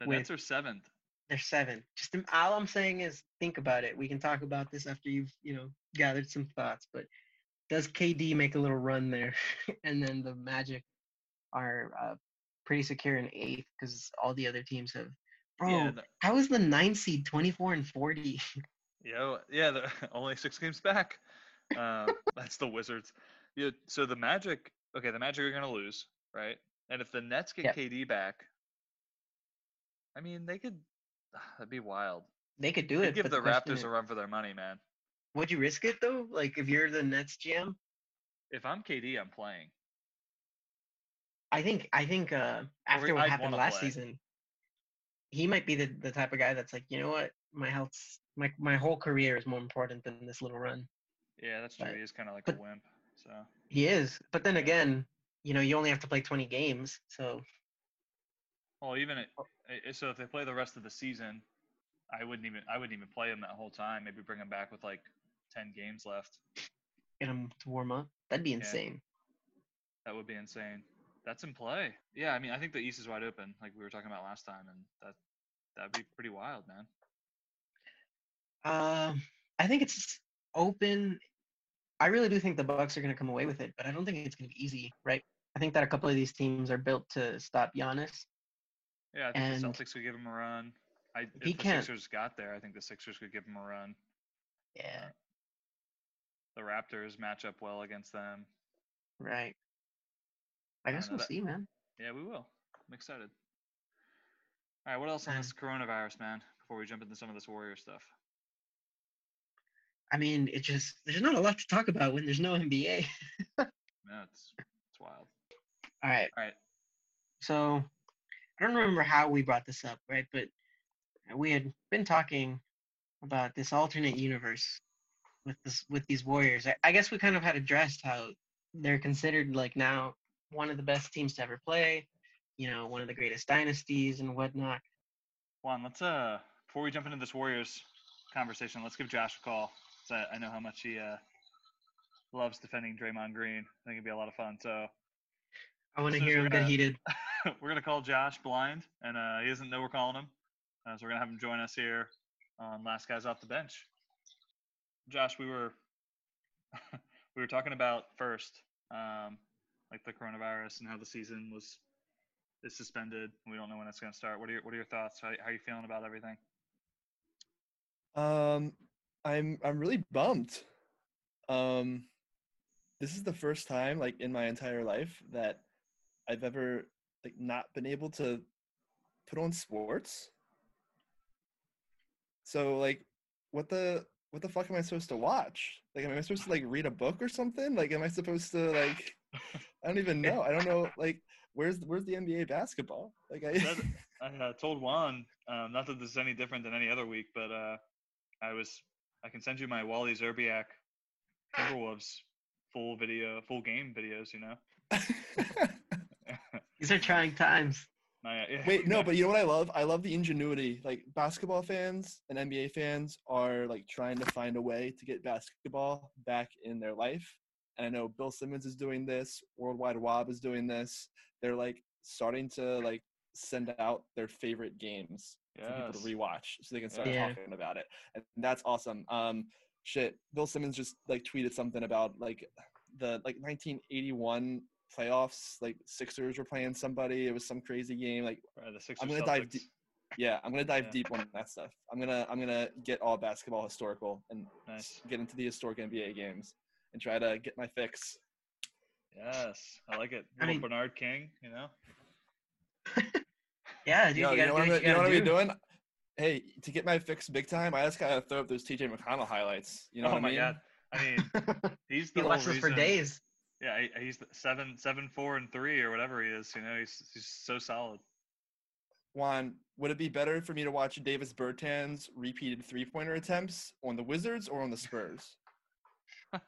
Speaker 1: The
Speaker 2: Wait.
Speaker 1: Nets are seventh.
Speaker 2: They're seven. Just im- all I'm saying is think about it. We can talk about this after you've you know gathered some thoughts. But does KD make a little run there, and then the Magic are uh, pretty secure in eighth because all the other teams have. Bro,
Speaker 1: Yeah, the,
Speaker 2: how is the nine seed 24 and 40?
Speaker 1: yo, yeah, the, only six games back. Uh, that's the Wizards. Yeah, so the Magic, okay, the Magic are gonna lose, right? And if the Nets get
Speaker 2: Yep.
Speaker 1: KD back, I mean, they could. That'd be wild.
Speaker 2: They could do
Speaker 1: They
Speaker 2: it.
Speaker 1: give
Speaker 2: but
Speaker 1: the
Speaker 2: question
Speaker 1: Raptors
Speaker 2: is,
Speaker 1: a run for their money, man.
Speaker 2: Would you risk it though? Like if you're the Nets GM,
Speaker 1: If I'm KD, I'm playing.
Speaker 2: I think I think uh, after what
Speaker 1: I'd
Speaker 2: happened
Speaker 1: wanna
Speaker 2: last
Speaker 1: play.
Speaker 2: season, he might be the, the type of guy that's like, you know what, my health's my my whole career is more important than this little run.
Speaker 1: Yeah, that's true.
Speaker 2: But-
Speaker 1: He is kind of like a
Speaker 2: but-
Speaker 1: wimp. So
Speaker 2: He is, but then
Speaker 1: Yeah.
Speaker 2: again, you know, you only have to play twenty games, so
Speaker 1: Well, even it,
Speaker 2: Oh.
Speaker 1: i- so, if they play the rest of the season, I wouldn't even I wouldn't even play him that whole time. Maybe bring him back with like ten games left.
Speaker 2: Get them to warm up. That'd be
Speaker 1: Yeah.
Speaker 2: insane.
Speaker 1: That would be insane. That's in play. Yeah, I mean, I think the East is wide open, like we were talking about last time, and that that'd be pretty wild, man.
Speaker 2: Um, I think it's open. I really do think the Bucks are going to come away with it, but I don't think it's going to be easy, right? I think that a couple of these teams are built to stop Giannis.
Speaker 1: Yeah, I think the
Speaker 2: And-
Speaker 1: Celtics could give him a run. I, if
Speaker 2: he
Speaker 1: the
Speaker 2: can't-
Speaker 1: Sixers got there, I think the Sixers could give him a run.
Speaker 2: Yeah,
Speaker 1: The Raptors match up well against them.
Speaker 2: right. I
Speaker 1: I
Speaker 2: guess
Speaker 1: dunno,
Speaker 2: we'll
Speaker 1: that-
Speaker 2: see, man.
Speaker 1: Yeah, we will. I'm excited. All right, what else on
Speaker 2: Man.
Speaker 1: this coronavirus, man? Before we jump into some of this Warrior stuff.
Speaker 2: I mean, it just there's not a lot to talk about when there's no NBA.
Speaker 1: Man, it's it's wild.
Speaker 2: All right.
Speaker 1: All right.
Speaker 2: So I don't remember how we brought this up, right? But we had been talking about this alternate universe with this with these Warriors. I, I guess we kind of had addressed how they're considered like now one of the best teams to ever play, you know, one of the greatest dynasties and whatnot.
Speaker 1: Juan, let's uh before we jump into this Warriors conversation, let's give Josh a call. 'cause I, I know how much he uh loves defending Draymond Green. I think it'd be a lot of fun. So
Speaker 2: I want to
Speaker 1: So
Speaker 2: hear
Speaker 1: we're
Speaker 2: him get
Speaker 1: gonna-
Speaker 2: heated.
Speaker 1: we're gonna call Josh blind, and uh, he doesn't know we're calling him, uh, so we're gonna have him join us here on Last Guys Off the Bench. Josh, we were we were talking about first, um, like the coronavirus and how the season was is suspended. We don't know when it's gonna start. What are your What are your thoughts? How, how are you feeling about everything?
Speaker 3: Um, I'm I'm really bummed. Um, this is the first time like in my entire life that I've ever like not been able to put on sports. So like, what the what the fuck am I supposed to watch? Like, am I supposed to like read a book or something? Like, am I supposed to like? I don't even know. I don't know. Like, where's where's the NBA basketball? Like, I.
Speaker 1: That- I uh, told Juan, um, not that this is any different than any other week, but uh, I was I can send you my Wally Zerbiak Timberwolves full video, full game videos. You know.
Speaker 2: These are trying times.
Speaker 1: My, uh, yeah.
Speaker 3: Wait, no, but you know what I love? I love the ingenuity. Like basketball fans and NBA fans are like trying to find a way to get basketball back in their life. And I know Bill Simmons is doing this, Worldwide Wob is doing this. They're like starting to like send out their favorite games for people to
Speaker 1: Yes.
Speaker 3: rewatch so they can start
Speaker 2: Yeah.
Speaker 3: talking about it. And that's awesome. Um shit. Bill Simmons just like tweeted something about like the like 1981 playoffs like Sixers were playing somebody. It was some crazy game like
Speaker 1: Uh, the Sixers
Speaker 3: I'm gonna dive
Speaker 1: Celtics.
Speaker 3: deep. yeah, I'm gonna dive
Speaker 1: Yeah.
Speaker 3: deep on that stuff. I'm gonna I'm gonna get all basketball historical and
Speaker 1: Nice.
Speaker 3: get into the historic NBA games and try to get my fix.
Speaker 1: Yes, I like it.
Speaker 2: I
Speaker 1: Little
Speaker 2: mean-
Speaker 1: Bernard King, you know.
Speaker 2: Yeah, dude,
Speaker 3: Yo,
Speaker 2: you gotta
Speaker 3: you know
Speaker 2: do
Speaker 3: what,
Speaker 2: what you
Speaker 3: I'm, gonna- you know
Speaker 2: gotta
Speaker 3: what I'm
Speaker 2: do.
Speaker 3: doing? Hey, to get my fix big time, I just gotta throw up those TJ McConnell highlights. You know
Speaker 1: oh
Speaker 3: what I
Speaker 1: my
Speaker 3: mean?
Speaker 1: god! I mean, he's the
Speaker 2: He
Speaker 1: whole
Speaker 2: watched this for
Speaker 1: reason-
Speaker 2: days.
Speaker 1: Yeah, he- he's the seven, seven, four, and three, or whatever he is. You know, he's he's so solid.
Speaker 3: Juan, would it be better for me to watch Davis Bertans repeated three pointer attempts on the Wizards or on the Spurs?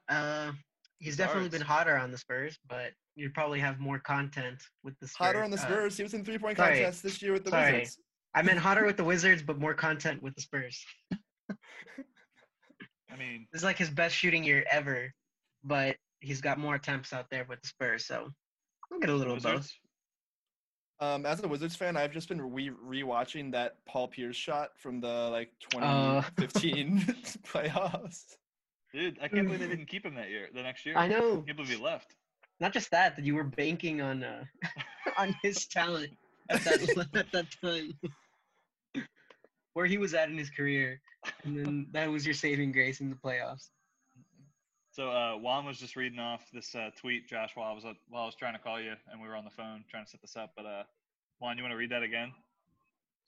Speaker 2: Uh, he's definitely been
Speaker 1: Spurs.
Speaker 2: hotter on the Spurs, but you probably have more content with the Spurs.
Speaker 3: Hotter on the
Speaker 2: Uh,
Speaker 3: Spurs. he was in three point
Speaker 2: sorry.
Speaker 3: contests this year with the
Speaker 2: Sorry.
Speaker 3: Wizards.
Speaker 2: I meant hotter with the Wizards, but more content with the Spurs.
Speaker 1: I mean,
Speaker 2: This is like his best shooting year ever, but he's got more attempts out there with the Spurs, so I'll get a little of both.
Speaker 1: Wizards?
Speaker 3: Um, as a Wizards fan, I've just been re- rewatching that Paul Pierce shot from the like
Speaker 2: Oh.
Speaker 3: 2015 playoffs.
Speaker 1: dude, I can't believe they didn't keep him that year. The next year,
Speaker 2: I know.
Speaker 1: can't believe he left.
Speaker 2: Not just that, that you were banking on uh, on his talent at that at that time, where he was at in his career, and then that was your saving grace in the playoffs.
Speaker 1: So uh, Juan was just reading off this uh, tweet, Josh, while I was up, while I was trying to call you, and we were on the phone trying to set this up. But uh, Juan, you want to read that again?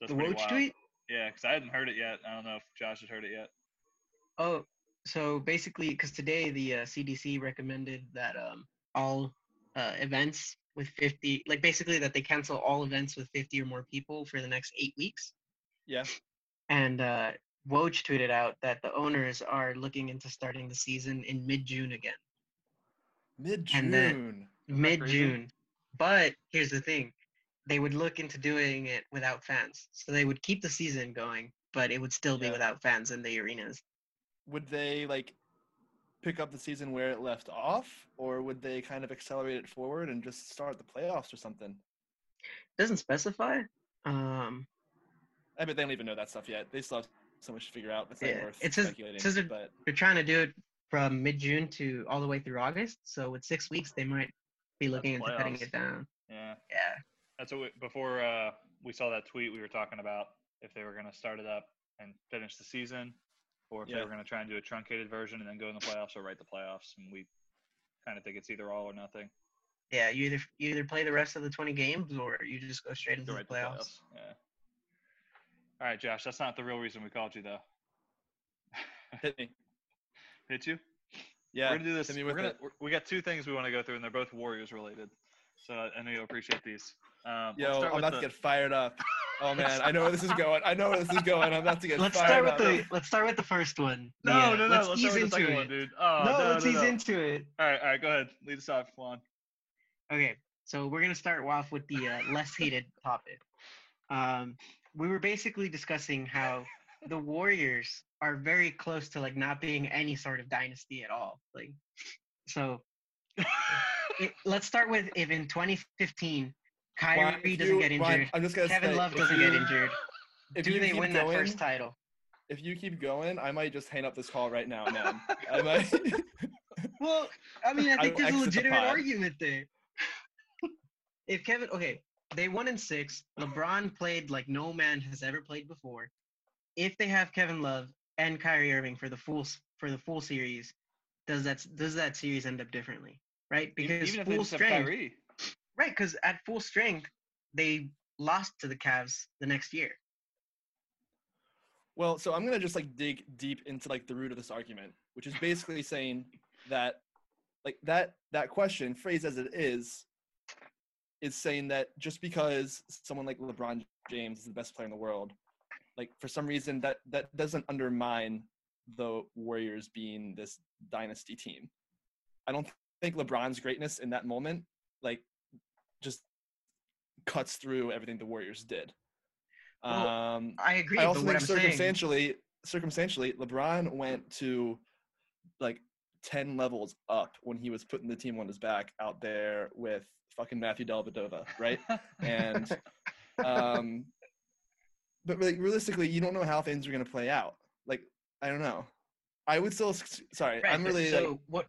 Speaker 1: That's
Speaker 2: The
Speaker 1: pretty
Speaker 2: Woj
Speaker 1: wild.
Speaker 2: tweet.
Speaker 1: Yeah, because I hadn't heard it yet. I don't know if Josh has heard it yet.
Speaker 2: Oh, so basically, because today the uh, CDC recommended that um, all uh, events with 50, like basically that they cancel all events with 50 or more people for the next eight weeks.
Speaker 3: Yeah.
Speaker 2: And uh, Woj tweeted out that the owners are looking into starting the season in mid June again.
Speaker 3: Mid
Speaker 2: And then-
Speaker 3: June.
Speaker 1: that crazy?
Speaker 2: Mid June. But here's the thing they would look into doing it without fans. So they would keep the season going, but it would still be
Speaker 3: Yeah.
Speaker 2: without fans in the arenas.
Speaker 3: Would they like pick up the season where it left off, or would they kind of accelerate it forward and just start the playoffs or something?
Speaker 2: Doesn't specify. Um,
Speaker 3: I bet they don't even know that stuff yet. They still have so much to figure out. It's not
Speaker 2: Yeah,
Speaker 3: worth
Speaker 2: it says-
Speaker 3: speculating.
Speaker 2: says it-
Speaker 3: but
Speaker 2: they're trying to do it from mid June to all the way through August. So with six weeks, they might be looking
Speaker 1: That's
Speaker 2: into cutting
Speaker 1: playoffs.
Speaker 2: it down.
Speaker 1: Yeah,
Speaker 2: Yeah.
Speaker 1: that's what we, before uh, we saw that tweet we were talking about if they were going to start it up and finish the season, or if they
Speaker 3: Yeah.
Speaker 1: were going to try and do a truncated version and then go in the playoffs or write the playoffs. And we kind of think it's either all or nothing.
Speaker 2: Yeah. You either you either play the rest of the twenty games or you just go straight into
Speaker 1: Go
Speaker 2: the
Speaker 1: right to
Speaker 2: playoffs.
Speaker 1: Yeah. All right, Josh. That's not the real reason we called you though.
Speaker 3: hit me.
Speaker 1: Hit you?
Speaker 3: Yeah,
Speaker 1: we're gonna do this.
Speaker 3: hit me
Speaker 1: We're
Speaker 3: with
Speaker 1: gonna,
Speaker 3: it.
Speaker 1: we're- we got two things we want to go through, and they're both Warriors related. So I know you'll appreciate these. Um, let's
Speaker 3: Yo,
Speaker 1: start
Speaker 3: I'm
Speaker 1: with
Speaker 3: about
Speaker 1: the-
Speaker 3: to get fired up. Oh man, I know where this is going. I know where this is going. I'm about to get
Speaker 2: Let's start
Speaker 3: fired
Speaker 2: with
Speaker 3: up.
Speaker 2: the let's start with the first one.
Speaker 1: No,
Speaker 2: Yeah,
Speaker 1: no, no.
Speaker 2: Let's,
Speaker 1: Let's,
Speaker 2: ease
Speaker 1: start with the
Speaker 2: into
Speaker 1: second
Speaker 2: it.
Speaker 1: one, dude. Oh,
Speaker 2: no,
Speaker 1: no,
Speaker 2: let's
Speaker 1: no,
Speaker 2: ease
Speaker 1: no.
Speaker 2: into it.
Speaker 1: All right, all right. Go ahead. Lead us off, Juan.
Speaker 2: Okay, so we're gonna start off with the uh, less heated topic. Um, we were basically discussing how the Warriors are very close to like not being any sort of dynasty at all. Like, so i- let's start with if in 2015
Speaker 3: Ryan,
Speaker 2: Kyrie
Speaker 3: if
Speaker 2: doesn't
Speaker 3: you-
Speaker 2: get injured,
Speaker 3: Ryan, I'm just gonna
Speaker 2: Kevin
Speaker 3: say,
Speaker 2: Love
Speaker 3: if
Speaker 2: doesn't
Speaker 3: you-
Speaker 2: get injured,
Speaker 3: If
Speaker 2: do
Speaker 3: you
Speaker 2: they
Speaker 3: keep
Speaker 2: win
Speaker 3: going,
Speaker 2: that first title?
Speaker 3: If you keep going, I might just hang up this call right now, man. I might.
Speaker 2: Well, I mean, I
Speaker 3: I
Speaker 2: think there's a
Speaker 3: will exit the
Speaker 2: legitimate
Speaker 3: pod.
Speaker 2: argument there. if Kevin, okay, they won in six. LeBron played like no man has ever played before. If they have Kevin Love and Kyrie Irving for the full s- for the full series, does that s- does that series end up differently? Right, because
Speaker 1: Even if they
Speaker 2: full
Speaker 1: just have
Speaker 2: strength.
Speaker 1: Kyrie.
Speaker 2: Right, because at full strength, they lost to the Cavs the next year.
Speaker 3: Well, so I'm gonna just like dig deep into like the root of this argument, which is basically saying that like that that question, phrased as it is, is saying that just because someone like LeBron James is the best player in the world, like for some reason that that doesn't undermine the Warriors being this dynasty team. I don't think LeBron's greatness in that moment like just cuts through everything the Warriors did.
Speaker 2: Well,
Speaker 3: um,
Speaker 2: I agree,
Speaker 3: I also
Speaker 2: but what
Speaker 3: think
Speaker 2: I'm saying,
Speaker 3: circumstantially, circumstantially, LeBron went to like ten levels up when he was putting the team on his back out there with fucking Matthew Dellavedova, right? And um, but like realistically, you don't know how things are gonna play out. Like I don't know. I would still. s- Sorry,
Speaker 2: Right,
Speaker 3: I'm
Speaker 2: but
Speaker 3: really like,
Speaker 2: so what?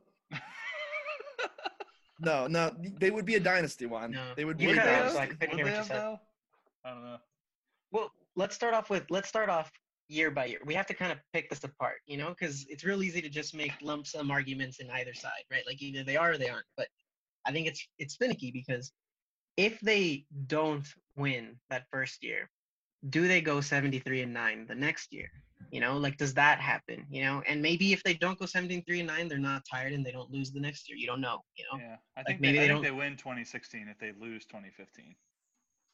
Speaker 3: no, no. They would be a dynasty one.
Speaker 2: No.
Speaker 3: um, They would be
Speaker 2: You
Speaker 3: a
Speaker 2: cut out,
Speaker 3: dynasty.
Speaker 2: so I couldn't
Speaker 1: Would they
Speaker 2: hear what you
Speaker 1: have,
Speaker 2: said.
Speaker 1: though? I don't know.
Speaker 2: Well, let's start off with let's start off year by year. We have to kind of pick this apart, you know, because it's real easy to just make lump sum arguments in either side, right? Like either they are or they aren't. But I think it's it's finicky because if they don't win that first year, do they go 73 and 9 the next year? You know, like does that happen? You know, and maybe if they don't go 73 and 9, they're not tired and they don't lose the next year. You don't know, you know.
Speaker 1: Yeah, I think
Speaker 2: Um, maybe
Speaker 1: they, I
Speaker 2: they
Speaker 1: think
Speaker 2: don't-
Speaker 1: they win 2016 if they lose 2015.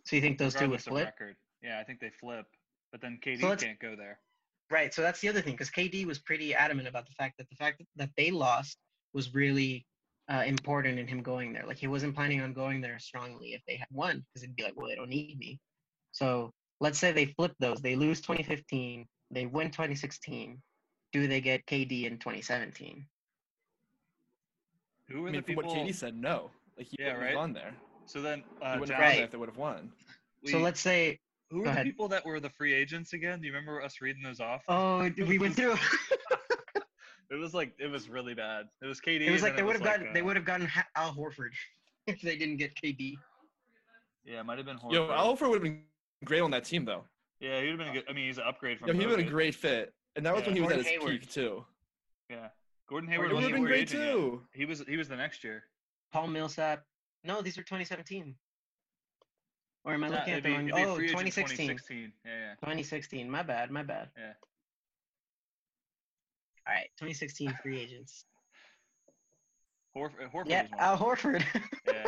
Speaker 2: So you think those two would
Speaker 1: regardless of
Speaker 2: split?
Speaker 1: record. Yeah, I think they flip, but then KD
Speaker 2: So let's-
Speaker 1: can't go there.
Speaker 2: Right. So that's the other thing, because KD was pretty adamant about the fact that the fact that they lost was really uh, important in him going there. Like he wasn't planning on going there strongly if they had won, because it'd be like, well, they don't need me. So let's say they flip those. They lose 2015. They win 2016. Do they get KD in 2017?
Speaker 1: Who are
Speaker 3: I
Speaker 1: the
Speaker 3: mean, from what
Speaker 1: people?
Speaker 3: Katie said, no. Like he
Speaker 1: Yeah,
Speaker 3: wouldn't
Speaker 1: right?
Speaker 3: have gone there.
Speaker 1: So then,
Speaker 3: He
Speaker 1: uh,
Speaker 3: wouldn't
Speaker 1: John,
Speaker 3: have gone
Speaker 2: Right.
Speaker 3: there if they would have won.
Speaker 2: so
Speaker 1: we-
Speaker 2: let's say,
Speaker 1: Who
Speaker 2: go
Speaker 1: were the
Speaker 2: ahead.
Speaker 1: people that were the free agents again? Do you remember us reading those off?
Speaker 2: oh, we went through.
Speaker 1: It was like it was really bad. It was KD.
Speaker 2: it
Speaker 1: and
Speaker 2: was like
Speaker 1: then
Speaker 2: they would have gotten
Speaker 1: uh,
Speaker 2: they would have gotten Ha- Al Horford if they didn't get KD.
Speaker 1: Yeah, it might have been horrible.
Speaker 3: Yo, Alfred would have been great on that team, though.
Speaker 1: Yeah, he'd have been a good. I mean, he's an upgrade from.
Speaker 3: Yo, he would have been a
Speaker 1: Bogut.
Speaker 3: great fit, and that was
Speaker 1: Yeah.
Speaker 3: when he was at
Speaker 2: Gordon
Speaker 3: his
Speaker 2: Hayward.
Speaker 3: peak too.
Speaker 1: Yeah, Gordon
Speaker 2: Or
Speaker 1: Hayward
Speaker 3: It would
Speaker 1: was
Speaker 2: Gordon
Speaker 3: have
Speaker 2: Hayward
Speaker 3: been great
Speaker 1: agent yet.
Speaker 3: too.
Speaker 1: He was. He was the next year.
Speaker 2: Paul Millsap. No, these were 2017. Or am I
Speaker 1: Yeah,
Speaker 2: looking at
Speaker 1: it'd
Speaker 2: the
Speaker 1: be-
Speaker 2: wrong?
Speaker 1: it'd be a
Speaker 2: Oh,
Speaker 1: free agent
Speaker 2: 2016.
Speaker 1: 2016. Yeah, yeah.
Speaker 2: 2016. My bad. My bad.
Speaker 1: Yeah.
Speaker 2: All right. 2016 free agents.
Speaker 1: Horf- uh, Horford
Speaker 2: yeah,
Speaker 1: was one.
Speaker 2: Al Horford.
Speaker 1: yeah.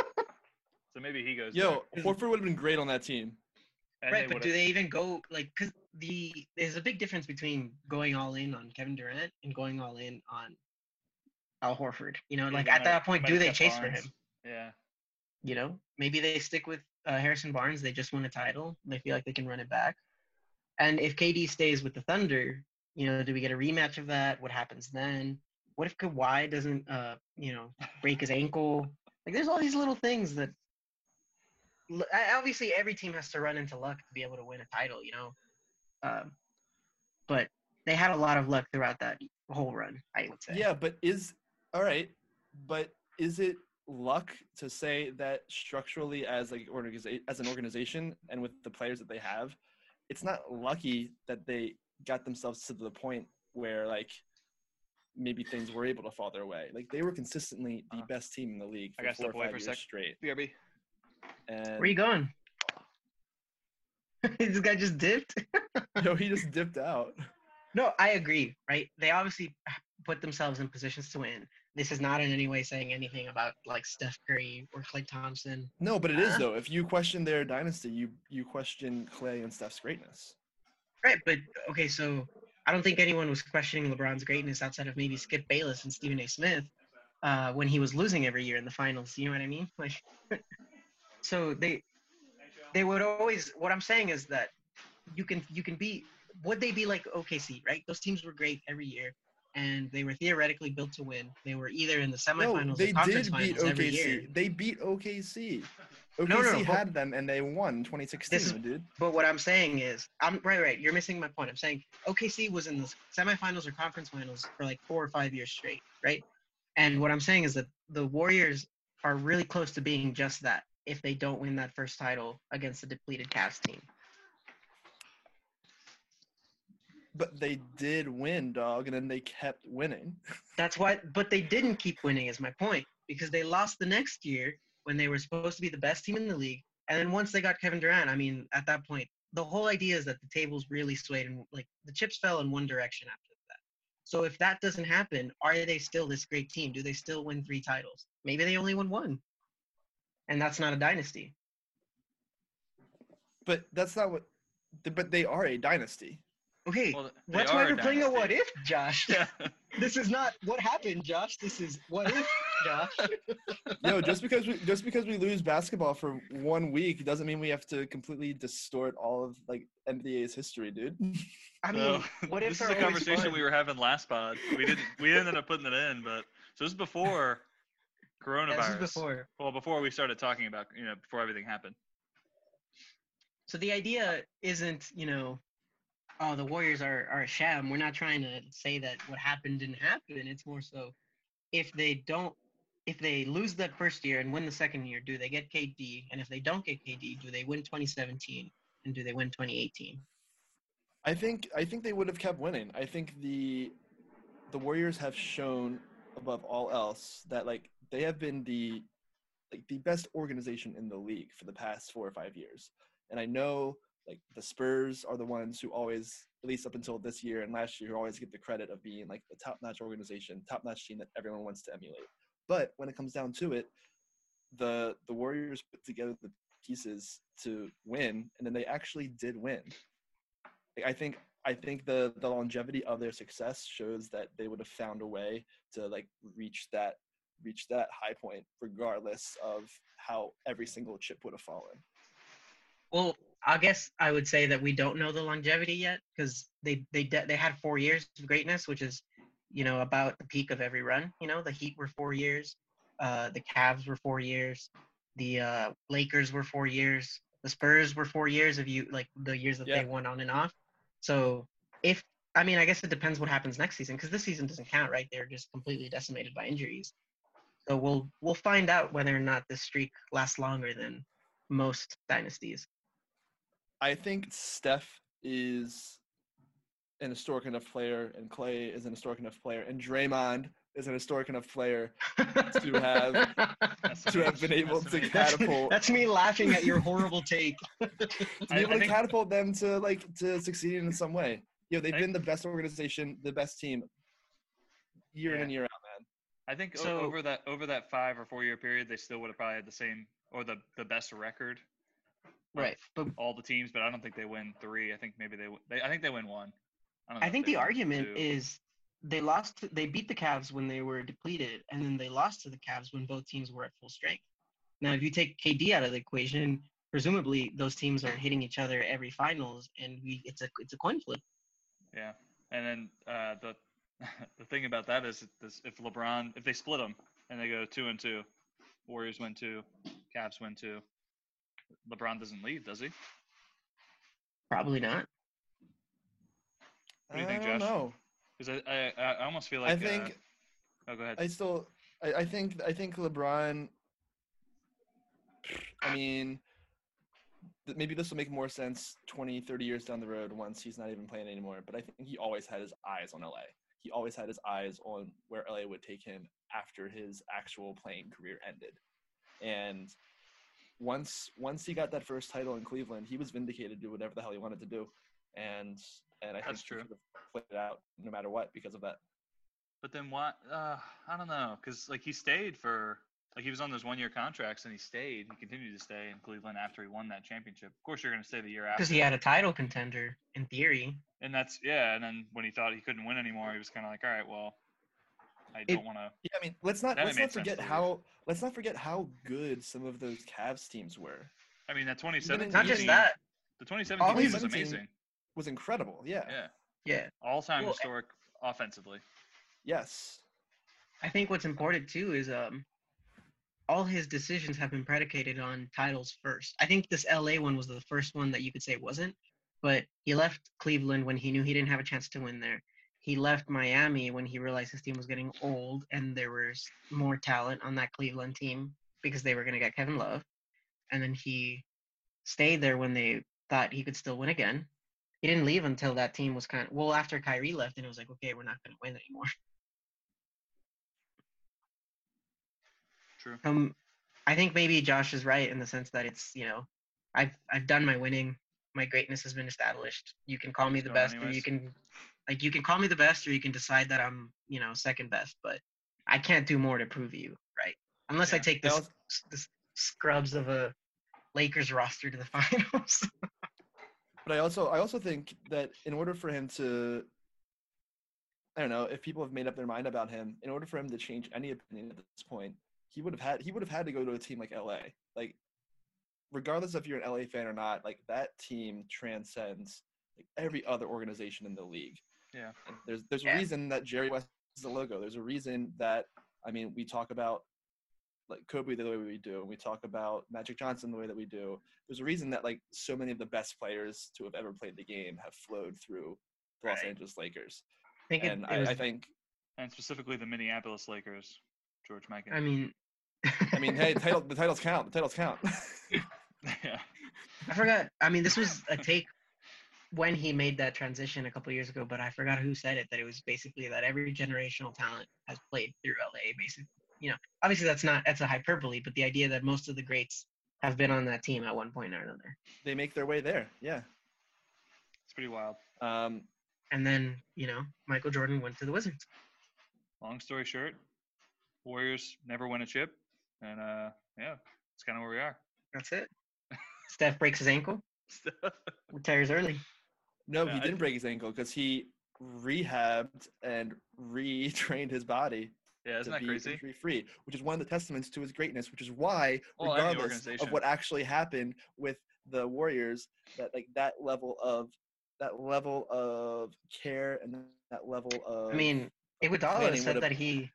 Speaker 1: So maybe he goes.
Speaker 3: Yo,
Speaker 1: there.
Speaker 3: Horford would have been great on that team.
Speaker 1: And
Speaker 2: right, but
Speaker 1: would've-
Speaker 2: do they even go like? Cause the there's a big difference between going all in on Kevin Durant and going all in on Al Horford. You know,
Speaker 1: they
Speaker 2: like
Speaker 1: might
Speaker 2: at
Speaker 1: have-
Speaker 2: that point,
Speaker 1: might
Speaker 2: do
Speaker 1: have
Speaker 2: they
Speaker 1: kept
Speaker 2: chase for
Speaker 1: Barnes.
Speaker 2: him?
Speaker 1: Yeah.
Speaker 2: You know, maybe they stick with uh, Harrison Barnes. They just won a title. They feel like they can run it back. And if KD stays with the Thunder, you know, do we get a rematch of that? What happens then? what if Kawhi doesn't, uh, you know, break his ankle? Like, there's all these little things that. l- I- Obviously, every team has to run into luck to be able to win a title, you know. Um, but they had a lot of luck throughout that whole run. I would say.
Speaker 3: Yeah, but is all right, but is it luck to say that structurally as like organiza- as an organization and with the players that they have, it's not lucky that they got themselves to the point where like maybe things were able to fall their way. Like they were consistently the
Speaker 1: Uh,
Speaker 3: best team in the league
Speaker 1: I
Speaker 3: for
Speaker 1: gotta
Speaker 3: four
Speaker 1: step
Speaker 3: or
Speaker 1: away
Speaker 3: five
Speaker 1: for a
Speaker 3: years
Speaker 1: sec.
Speaker 3: straight.
Speaker 1: BRB.
Speaker 3: And
Speaker 2: Where you going? this guy just dipped.
Speaker 3: yo, he just dipped out.
Speaker 2: No, I agree. Right? They obviously put themselves in positions to win. This is not in any way saying anything about like Steph Curry or Clay Thompson.
Speaker 3: No, but it is
Speaker 2: Huh?
Speaker 3: though. If you question their dynasty, you you question Clay and Steph's greatness.
Speaker 2: Right, but okay, so I don't think anyone was questioning LeBron's greatness outside of maybe Skip Bayless and Stephen A. Smith uh, when he was losing every year in the finals. You know what I mean? Like, so they they would always. What I'm saying is that you can you can be would they be like OKC? Right, those teams were great every year, and they were theoretically built to win. They were either in the semifinals
Speaker 3: they
Speaker 2: or conference
Speaker 3: did beat
Speaker 2: finals every year.
Speaker 3: OKC. They beat OKC. OKC
Speaker 2: no, but-
Speaker 3: had them and they won 2016,
Speaker 2: This is-
Speaker 3: dude.
Speaker 2: But what I'm saying is, I'm right, right. You're missing my point. I'm saying OKC was in the semifinals or conference finals for like four or five years straight, right? And what I'm saying is that the Warriors are really close to being just that if they don't win that first title against the depleted Cavs team.
Speaker 3: But they did win, dog, and then they kept winning.
Speaker 2: That's why, but they didn't keep winning, is my point, because they lost the next year when they were supposed to be the best team in the league. And then once they got Kevin Durant, I mean, at that point, the whole idea is that the tables really swayed and like the chips fell in one direction after that. So if that doesn't happen, are they still this great team? Do they still win three titles? Maybe they only won one. And that's not a dynasty.
Speaker 3: But that's not what. But they are a dynasty.
Speaker 2: Okay,
Speaker 1: Well, they
Speaker 2: that's
Speaker 1: are
Speaker 2: why
Speaker 1: a
Speaker 2: we're playing a what
Speaker 1: dynasty.
Speaker 2: if, Josh.
Speaker 1: Yeah.
Speaker 2: this is not what happened, Josh. This is what if, Josh.
Speaker 3: Yo, just because we just because we lose basketball for one week doesn't mean we have to completely distort all of like NBA's history, dude.
Speaker 2: I mean,
Speaker 1: So,
Speaker 2: what if
Speaker 1: this is a conversation we were having last pod. We didn't. We ended up putting it in, but so this is before coronavirus.
Speaker 2: This is before.
Speaker 1: Well, before we started talking about you know before everything happened.
Speaker 2: So the idea isn't, you know, oh, the Warriors are, are a sham. We're not trying to say that what happened didn't happen. It's more so if they don't, if they lose that first year and win the second year, do they get KD? And if they don't get KD, do they win 2017? And do they win 2018?
Speaker 3: I think I think they would have kept winning. I think the the Warriors have shown above all else that like they have been the like the best organization in the league for the past four or five years. And I know like the Spurs are the ones who always, at least up until this year and last year, who always get the credit of being like the top notch organization, top notch team that everyone wants to emulate. But when it comes down to it, the the Warriors put together the pieces to win, and then they actually did win. Like, I think I think the the longevity of their success shows that they would have found a way to like reach that reach that high point regardless of how every single chip would have fallen.
Speaker 2: Well, I guess I would say that we don't know the longevity yet because they they de- they had four years of greatness, which is you know about the peak of every run. You know, the Heat were four years, uh, the Cavs were four years, the uh, Lakers were four years, the Spurs were four years of you like the years that
Speaker 3: Yeah.
Speaker 2: they won on and off. So if I mean, I guess it depends what happens next season because this season doesn't count, right? They're just completely decimated by injuries. So we'll we'll find out whether or not this streak lasts longer than most dynasties.
Speaker 3: I think Steph is an historic enough player, and Clay is an historic enough player, and Draymond is an historic enough player
Speaker 2: to
Speaker 3: have-
Speaker 1: That's
Speaker 3: to have
Speaker 1: amazing.
Speaker 3: been able
Speaker 1: That's
Speaker 3: to
Speaker 1: amazing.
Speaker 3: catch-
Speaker 2: That's,
Speaker 3: Catapult.
Speaker 2: that's me laughing at your horrible take.
Speaker 3: to
Speaker 1: I-
Speaker 3: be able
Speaker 1: I
Speaker 3: to
Speaker 1: think-
Speaker 3: catapult them to like to succeeding in some way. You know, they've
Speaker 1: I-
Speaker 3: been the best organization, the best team, year in
Speaker 1: Yeah.
Speaker 3: and year out.
Speaker 1: I think o-
Speaker 2: So-
Speaker 1: over that over that five or four year period, they still would have probably had the same or the the best record
Speaker 2: Right, but
Speaker 1: all the teams, but I don't think they win three. I think maybe they, w- they I think they win one. don't know
Speaker 2: I
Speaker 1: if
Speaker 2: think
Speaker 1: they
Speaker 2: the
Speaker 1: win
Speaker 2: argument
Speaker 1: two.
Speaker 2: is they lost. They beat the Cavs when they were depleted, and then they lost to the Cavs when both teams were at full strength. Now, if you take KD out of the equation, presumably those teams are hitting each other every finals, and we, it's a it's a coin flip.
Speaker 1: yeah, and then uh, the the thing about that is, if this- if LeBron, if they split them and they go two and two, Warriors win two, Cavs win two. LeBron doesn't leave, does he?
Speaker 2: Probably not.
Speaker 1: What do you think,
Speaker 3: I don't
Speaker 1: Josh?
Speaker 3: know.
Speaker 1: Because I, I, I- I almost feel like
Speaker 3: I think
Speaker 1: Uh, oh, go ahead.
Speaker 3: I still, I, I think, I think LeBron. I mean, th- maybe this will make more sense 20, 30 years down the road once he's not even playing anymore. But I think he always had his eyes on LA. He always had his eyes on where LA would take him after his actual playing career ended. And once once he got that first title in Cleveland, he was vindicated to do whatever the hell he wanted to do. And and I
Speaker 1: That's
Speaker 3: think
Speaker 1: true.
Speaker 3: he could have played it out no matter what because of that.
Speaker 1: But then why? Uh, I don't know, because like he stayed for like he was on those one-year contracts and he stayed. He continued to stay in Cleveland after he won that championship. Of course, you're going to stay the year after.
Speaker 2: Because he had a title contender in theory.
Speaker 1: and that's yeah. And then when he thought he couldn't win anymore, he was kind of like, all right, well, I don't want to.
Speaker 3: Yeah, I mean, let's not
Speaker 1: Then it
Speaker 3: let's
Speaker 1: made
Speaker 3: not
Speaker 1: sense
Speaker 3: forget
Speaker 1: to leave.
Speaker 3: how let's not forget how good some of those Cavs teams were.
Speaker 1: I mean, that 2017.
Speaker 2: Not just
Speaker 1: team-
Speaker 2: that.
Speaker 1: The 2017 team was
Speaker 3: 2017.
Speaker 1: amazing.
Speaker 3: Was incredible. Yeah.
Speaker 1: Yeah,
Speaker 2: Yeah.
Speaker 1: all-time
Speaker 2: Well,
Speaker 1: historic offensively.
Speaker 3: Yes.
Speaker 2: I think what's important too is um all his decisions have been predicated on titles first. I think this LA one was the first one that you could say wasn't, but he left Cleveland when he knew he didn't have a chance to win there. He left Miami when he realized his team was getting old and there was more talent on that Cleveland team because they were going to get Kevin Love. And then he stayed there when they thought he could still win again. He didn't leave until that team was kind of well after Kyrie left and it was like, okay, we're not going to win anymore.
Speaker 1: True.
Speaker 2: Um, I think maybe Josh is right in the sense that it's you know, I've I've done my winning. My greatness has been established. You can call me the
Speaker 1: Going
Speaker 2: best, or
Speaker 1: anyways.
Speaker 2: you can, like, you can call me the best, or you can decide that I'm you know second best. But I can't do more to prove you right, unless I
Speaker 1: Yeah.
Speaker 2: take
Speaker 3: That
Speaker 2: this,
Speaker 3: was-
Speaker 2: this scrubs of a Lakers roster to the finals.
Speaker 3: But I also I also think that in order for him to I don't know, if people have made up their mind about him, in order for him to change any opinion at this point, he would have had he would have had to go to a team like LA. Like regardless if you're an LA fan or not, like that team transcends like every other organization in the league.
Speaker 1: Yeah.
Speaker 3: And There's there's
Speaker 2: Yeah.
Speaker 3: a reason that Jerry West is the logo. There's a reason that I mean we talk about like Kobe the way we do, and we talk about Magic Johnson the way that we do. There's a reason that like so many of the best players to have ever played the game have flowed through the Los
Speaker 2: Right.
Speaker 3: Angeles Lakers,
Speaker 2: I think it,
Speaker 3: and
Speaker 2: it
Speaker 3: I,
Speaker 2: was-
Speaker 3: I think
Speaker 1: And specifically the Minneapolis Lakers, George Mikan.
Speaker 2: I mean,
Speaker 3: I mean, hey, title the titles count. The titles count.
Speaker 1: yeah.
Speaker 2: I forgot. I mean, this was a take when he made that transition a couple years ago, but I forgot who said it. That it was basically that every generational talent has played through LA. Basically, you know, obviously that's not that's a hyperbole, but the idea that most of the greats have been on that team at one point or another,
Speaker 3: they make their way there. Yeah.
Speaker 1: It's pretty wild.
Speaker 3: Um,
Speaker 2: and then you know, Michael Jordan went to the Wizards.
Speaker 1: Long story short, Warriors never win a chip, and uh, yeah, it's kind of where we are.
Speaker 2: That's it. Steph breaks his ankle, retires early.
Speaker 3: no,
Speaker 1: Yeah,
Speaker 3: he
Speaker 1: I-
Speaker 3: didn't break his ankle because he rehabbed and retrained his body
Speaker 1: yeah,
Speaker 3: to
Speaker 1: isn't that
Speaker 3: be
Speaker 1: crazy?
Speaker 3: injury free, which is one of the testaments to his greatness, which is why,
Speaker 1: Well, and the
Speaker 3: regardless of
Speaker 1: organization.
Speaker 3: what actually happened with the Warriors, that like that level of that level of care and that level of
Speaker 2: I mean, Iguodala
Speaker 3: Manning
Speaker 2: said
Speaker 3: would've-
Speaker 2: that he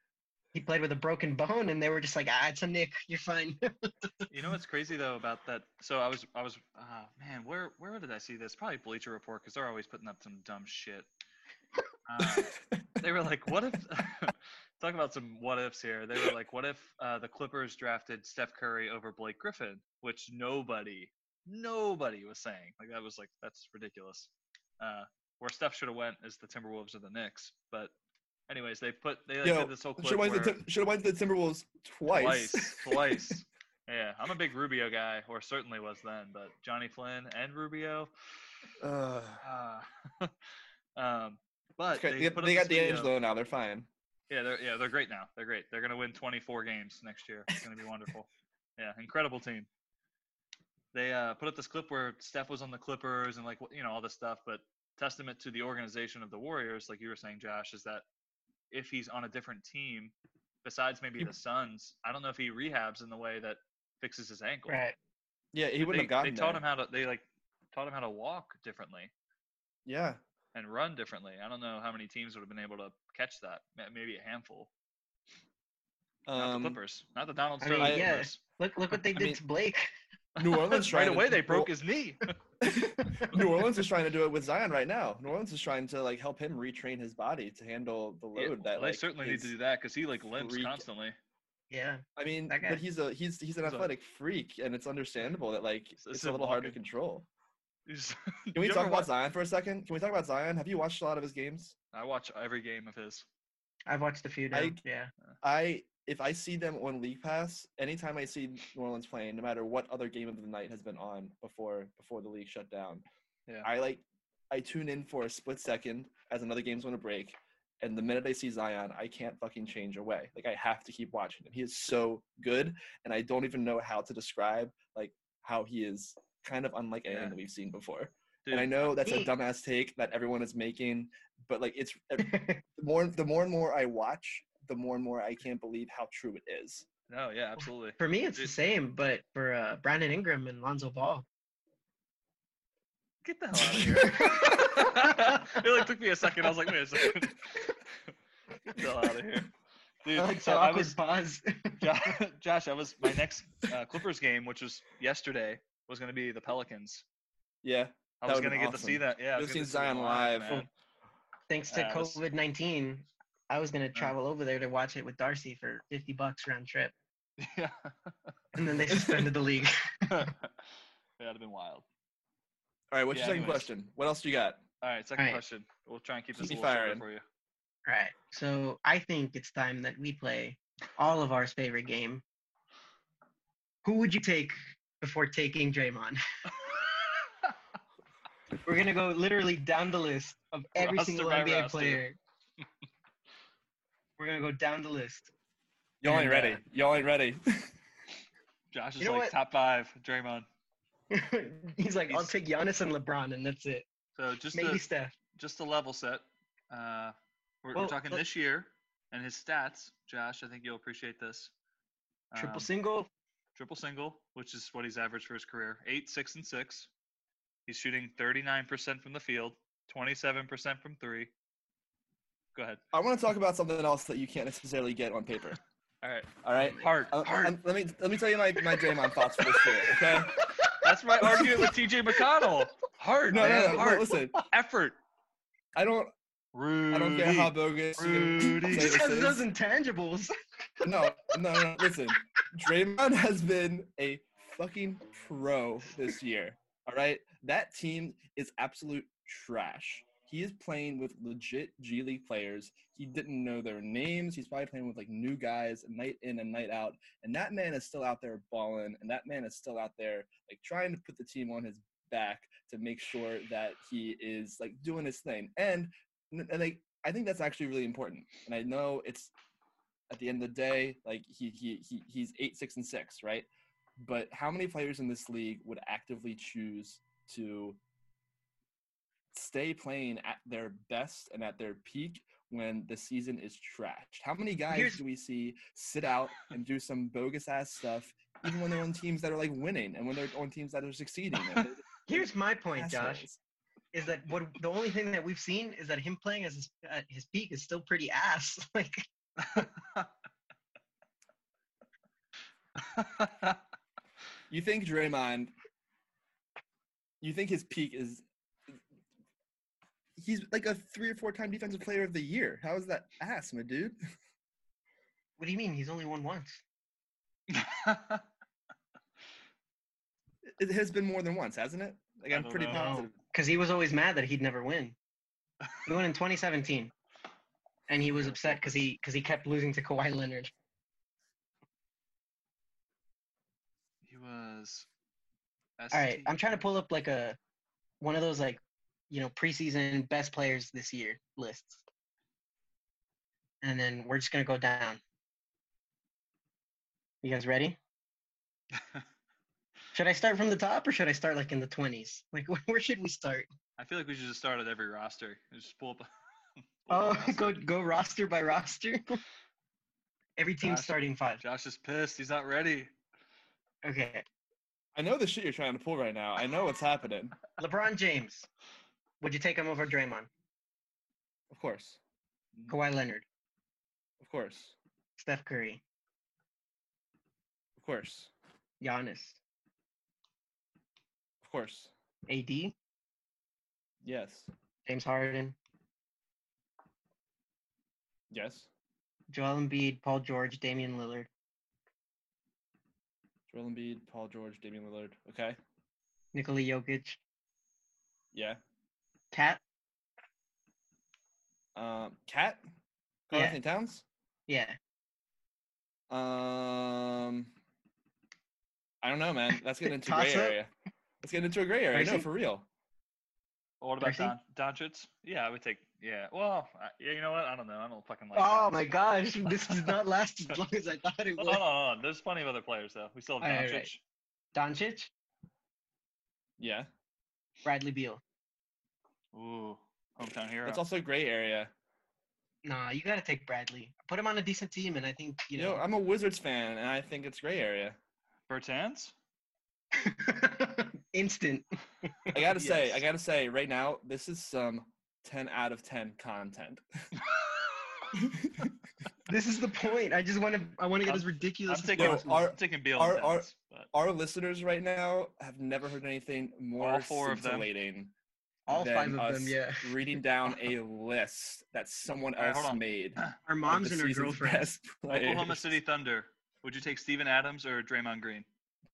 Speaker 2: he played with a broken bone, and they were just like, ah, it's a nick. You're fine.
Speaker 1: You know what's crazy though about that? So I was, I was, uh, man, where, where did I see this? Probably Bleacher Report because they're always putting up some dumb shit. Uh, they were like, what if? talk about some what ifs here. They were like, what if uh, the Clippers drafted Steph Curry over Blake Griffin, which nobody, nobody was saying. Like that was like that's ridiculous. Uh, where Steph should have went is the Timberwolves or the Knicks. But anyways, they put they like,
Speaker 3: Yo,
Speaker 1: did this whole clip
Speaker 3: should have went,
Speaker 1: where-
Speaker 3: to the- should've went to the Timberwolves twice.
Speaker 1: Twice. twice. Yeah, I'm a big Rubio guy, or certainly was then, but Johnny Flynn and Rubio.
Speaker 3: Ugh.
Speaker 1: ah. um, but
Speaker 3: Okay,
Speaker 1: they,
Speaker 3: they,
Speaker 1: put up
Speaker 3: got- they
Speaker 1: this
Speaker 3: got
Speaker 1: video-
Speaker 3: D'Angelo now. They're fine.
Speaker 1: Yeah, they're yeah they're great now. They're great. They're gonna win 24 games next year. It's gonna be wonderful. Yeah, incredible team. They uh, put up this clip where Steph was on the Clippers and like wh- you know all this stuff, but testament to the organization of the Warriors, like you were saying, Josh, is that if he's on a different team, besides maybe the Suns, I don't know if he rehabs in the way that fixes his ankle.
Speaker 2: right.
Speaker 3: Yeah, he
Speaker 1: They,
Speaker 3: wouldn't have gotten
Speaker 1: they taught
Speaker 3: there.
Speaker 1: him how to. They like taught him how to walk differently.
Speaker 3: Yeah,
Speaker 1: and run differently. I don't know how many teams would have been able to catch that. Ma- Maybe a handful. Not the
Speaker 3: Um,
Speaker 1: Clippers. Not the Donald
Speaker 2: I
Speaker 1: Sterling
Speaker 2: mean, yeah.
Speaker 1: Clippers.
Speaker 2: Look, look what they
Speaker 3: I
Speaker 2: did
Speaker 3: mean-
Speaker 2: to Blake.
Speaker 3: New Orleans
Speaker 1: right
Speaker 3: tried to-
Speaker 1: away they
Speaker 3: New-
Speaker 1: broke his knee.
Speaker 3: New Orleans is trying to do it with Zion right now. New Orleans is trying to like help him retrain his body to handle the
Speaker 1: Yeah,
Speaker 3: load that
Speaker 1: they
Speaker 3: like
Speaker 1: certainly need to
Speaker 3: his-
Speaker 1: do that because he like limps
Speaker 3: freak-
Speaker 1: constantly.
Speaker 2: Yeah.
Speaker 3: I mean,
Speaker 2: That guy.
Speaker 3: but he's a he's he's an
Speaker 1: He's a-
Speaker 3: athletic freak, and it's understandable that like
Speaker 1: It's-
Speaker 3: it's,
Speaker 1: it's
Speaker 3: a
Speaker 1: a
Speaker 3: little hard to
Speaker 1: walking-
Speaker 3: control.
Speaker 1: He's-
Speaker 3: Can we
Speaker 1: You
Speaker 3: talk
Speaker 1: ever
Speaker 3: about
Speaker 1: watch-
Speaker 3: Zion for a second? Can we talk about Zion? Have you watched a lot of his games?
Speaker 1: I watch every game of his.
Speaker 2: I've watched a few now.
Speaker 3: I-
Speaker 2: yeah.
Speaker 3: I if I see them on League Pass, anytime I see New Orleans playing, no matter what other game of the night has been on before before the league shut down,
Speaker 1: Yeah.
Speaker 3: I like I tune in for a split second as another game's on a break, and the minute I see Zion, I can't fucking change away. Like I have to keep watching him. He is so good, and I don't even know how to describe like how he is kind of unlike anything
Speaker 1: Yeah.
Speaker 3: that we've seen before.
Speaker 1: Dude,
Speaker 3: and I know that's
Speaker 2: he-
Speaker 3: a dumbass take that everyone is making, but like it's the more the more and more I watch, the more and more I can't believe how true it is.
Speaker 1: no, yeah, absolutely.
Speaker 2: for me, it's the
Speaker 1: Dude.
Speaker 2: same, but for uh, Brandon Ingram and Lonzo Ball.
Speaker 1: Get the hell out of here. it like took me a second. I was like, wait a second. Get the hell out of here. Dude,
Speaker 2: I like
Speaker 1: so
Speaker 2: that
Speaker 1: I
Speaker 2: awkward
Speaker 1: was
Speaker 2: pause.
Speaker 1: Jo- Josh, I was my next uh, Clippers game, which was yesterday, was gonna be the Pelicans.
Speaker 3: Yeah.
Speaker 1: I
Speaker 3: That
Speaker 1: was
Speaker 3: would've
Speaker 1: gonna
Speaker 3: been
Speaker 1: get to see
Speaker 3: awesome.
Speaker 1: that. Yeah, I
Speaker 3: You'd've
Speaker 1: was gonna
Speaker 3: seen
Speaker 1: see it
Speaker 3: Zion live.
Speaker 1: man.
Speaker 2: Thanks to
Speaker 1: Uh, that's-
Speaker 2: COVID 19, I was going to travel over there to watch it with Darcy for 50 bucks round trip.
Speaker 3: Oh.
Speaker 2: And then they suspended the league.
Speaker 1: Yeah, that'd have been wild.
Speaker 3: All right, what's
Speaker 1: Yeah,
Speaker 3: your second
Speaker 1: anyways.
Speaker 3: question? What else do you got?
Speaker 1: All right, second
Speaker 2: Alright.
Speaker 1: question. We'll try and keep this
Speaker 3: Keep
Speaker 1: a little shorter
Speaker 3: firing.
Speaker 1: for you.
Speaker 2: Right. So I think it's time that we play all of our favorite game. Who would you take before taking Draymond? We're gonna go literally down the list of every
Speaker 1: Roster
Speaker 2: single
Speaker 1: by
Speaker 2: NBA
Speaker 1: roster.
Speaker 2: player. We're gonna go down the list.
Speaker 3: Y'all
Speaker 2: And,
Speaker 3: ain't ready.
Speaker 2: uh,
Speaker 3: Y'all ain't ready.
Speaker 1: Josh is
Speaker 2: You know
Speaker 1: like
Speaker 2: what?
Speaker 1: top five, Draymond.
Speaker 2: He's like, I'll
Speaker 1: He's-
Speaker 2: take Giannis and LeBron, and that's it.
Speaker 1: So just
Speaker 2: Maybe
Speaker 1: to,
Speaker 2: Steph.
Speaker 1: just to level set, uh, we're, we're
Speaker 2: Well,
Speaker 1: talking
Speaker 2: let-
Speaker 1: this year and his stats. Josh, I think you'll appreciate this.
Speaker 2: Triple
Speaker 1: Um,
Speaker 2: single.
Speaker 1: triple single, which is what he's averaged for his career. Eight, six, and six. He's shooting 39% from the field, 27% from three. Go ahead.
Speaker 3: I want to talk about something else that you can't necessarily get on paper.
Speaker 1: All right.
Speaker 3: All right.
Speaker 1: Hard.
Speaker 3: Uh,
Speaker 1: hard.
Speaker 3: um, let me let me tell you my, my Draymond thoughts for this year. Okay.
Speaker 1: That's my argument with TJ McConnell. Hard,
Speaker 3: No,
Speaker 1: man.
Speaker 3: no, no, no.
Speaker 1: hard.
Speaker 3: Listen,
Speaker 1: Effort.
Speaker 3: I don't
Speaker 1: Rudy.
Speaker 3: I don't care how bogus you
Speaker 1: Rudy.
Speaker 3: can say
Speaker 2: Just
Speaker 3: this
Speaker 2: because of
Speaker 3: is.
Speaker 2: those intangibles.
Speaker 3: No, no, no. Listen, Draymond has been a fucking pro this year. All right, that team is absolute trash. He is playing with legit G League players. He didn't know their names. He's probably playing with like new guys night in and night out. And that man is still out there balling, and that man is still out there like trying to put the team on his back to make sure that he is like doing his thing. And and like I think that's actually really important. And I know it's at the end of the day, like he he, he he's eight, six, and six, right? But how many players in this league would actively choose to stay playing at their best and at their peak when the season is trashed? How many guys
Speaker 2: Here's-
Speaker 3: do we see sit out and do some bogus ass stuff, even when they're on teams that are like winning and when they're on teams that are succeeding? and they're
Speaker 2: Here's my point, Josh.
Speaker 3: assholes?
Speaker 2: is that what the only thing that we've seen is that him playing as his, at his peak is still pretty ass. Like
Speaker 3: You think Draymond? You think his peak is? He's like a three or four time defensive player of the year. How is that ass, my dude?
Speaker 2: what do you mean? He's only won once.
Speaker 3: It has been more than once, hasn't it? Like
Speaker 1: I
Speaker 3: I'm
Speaker 1: don't
Speaker 3: pretty
Speaker 1: know.
Speaker 3: positive.
Speaker 2: Because he was always mad that he'd never win. He won in 2017, and he was upset because he because he kept losing to Kawhi Leonard.
Speaker 1: he was.
Speaker 2: All right, I'm trying to pull up like a one of those like you know preseason best players this year lists, and then we're just gonna go down. You guys ready? Should I start from the top or should I start like in the 20s? Like where should we start?
Speaker 1: I feel like we should just start at every roster. Just pull up. pull
Speaker 2: Oh,
Speaker 1: up a roster.
Speaker 2: go go roster by roster. Every team
Speaker 1: Josh-
Speaker 2: starting five.
Speaker 1: Josh is pissed. He's not ready.
Speaker 2: Okay.
Speaker 3: I know the shit you're trying to pull right now. I know what's happening.
Speaker 2: LeBron James. Would you take him over Draymond?
Speaker 3: Of course.
Speaker 2: Kawhi Leonard,
Speaker 3: Of course.
Speaker 2: Steph Curry,
Speaker 3: Of course.
Speaker 2: Giannis,
Speaker 3: Of course.
Speaker 2: AD,
Speaker 3: Yes.
Speaker 2: James Harden,
Speaker 3: Yes.
Speaker 2: Joel Embiid, Paul George, Damian Lillard.
Speaker 3: Joel Embiid, Paul George, Damian Lillard. Okay.
Speaker 2: Nikola Jokic,
Speaker 3: Yeah.
Speaker 2: Cat.
Speaker 3: Um, Cat.
Speaker 2: Yeah.
Speaker 3: Carl Anthony Towns.
Speaker 2: Yeah,
Speaker 3: Um, I don't know, man. That's getting into a
Speaker 2: Toss
Speaker 3: gray
Speaker 2: up?
Speaker 3: area. Let's get into a gray area. No,
Speaker 2: Percy?
Speaker 3: for real.
Speaker 1: Well, What about
Speaker 2: Darcy?
Speaker 1: Don Doncic? Yeah, I would take. Yeah. Well, I, yeah. You know what? I don't know. I don't fucking like.
Speaker 2: oh
Speaker 1: Doncic.
Speaker 2: my gosh, this does not last as long as I thought it
Speaker 1: Oh,
Speaker 2: would.
Speaker 1: no, no, no. There's plenty of other players though. We still have
Speaker 2: All
Speaker 1: Doncic.
Speaker 2: right, right. Doncic,
Speaker 3: Yeah.
Speaker 2: Bradley Beal.
Speaker 1: Ooh, hometown hero.
Speaker 3: That's also a gray area.
Speaker 2: Nah, you gotta take Bradley. Put him on a decent team, and I think you
Speaker 3: Yo,
Speaker 2: know.
Speaker 3: I'm a Wizards fan, and I think it's gray area.
Speaker 1: Bertans.
Speaker 2: instant.
Speaker 3: I gotta say, I
Speaker 1: Yes.
Speaker 3: gotta say, right now, this is some 10 out of 10 content.
Speaker 2: This is the point. I just want to. I want to get
Speaker 1: I'm-
Speaker 2: as
Speaker 1: I'm
Speaker 2: ridiculous. as
Speaker 1: taking.
Speaker 2: possible.
Speaker 3: our-
Speaker 1: I'm taking Beal.
Speaker 3: our-
Speaker 1: and
Speaker 3: our-
Speaker 1: Towns, but
Speaker 3: Our listeners right now have never heard anything more
Speaker 1: All four of them.
Speaker 3: scintillating
Speaker 2: all
Speaker 3: than
Speaker 2: five of
Speaker 3: us
Speaker 2: them. Yeah.
Speaker 3: reading down a list that someone
Speaker 1: All right,
Speaker 3: else
Speaker 1: hold on.
Speaker 3: made. of
Speaker 2: Our
Speaker 3: the
Speaker 2: moms and our
Speaker 3: season's
Speaker 2: girlfriends.
Speaker 3: best
Speaker 1: Oklahoma
Speaker 3: players.
Speaker 1: City Thunder. Would you take Steven Adams or Draymond Green?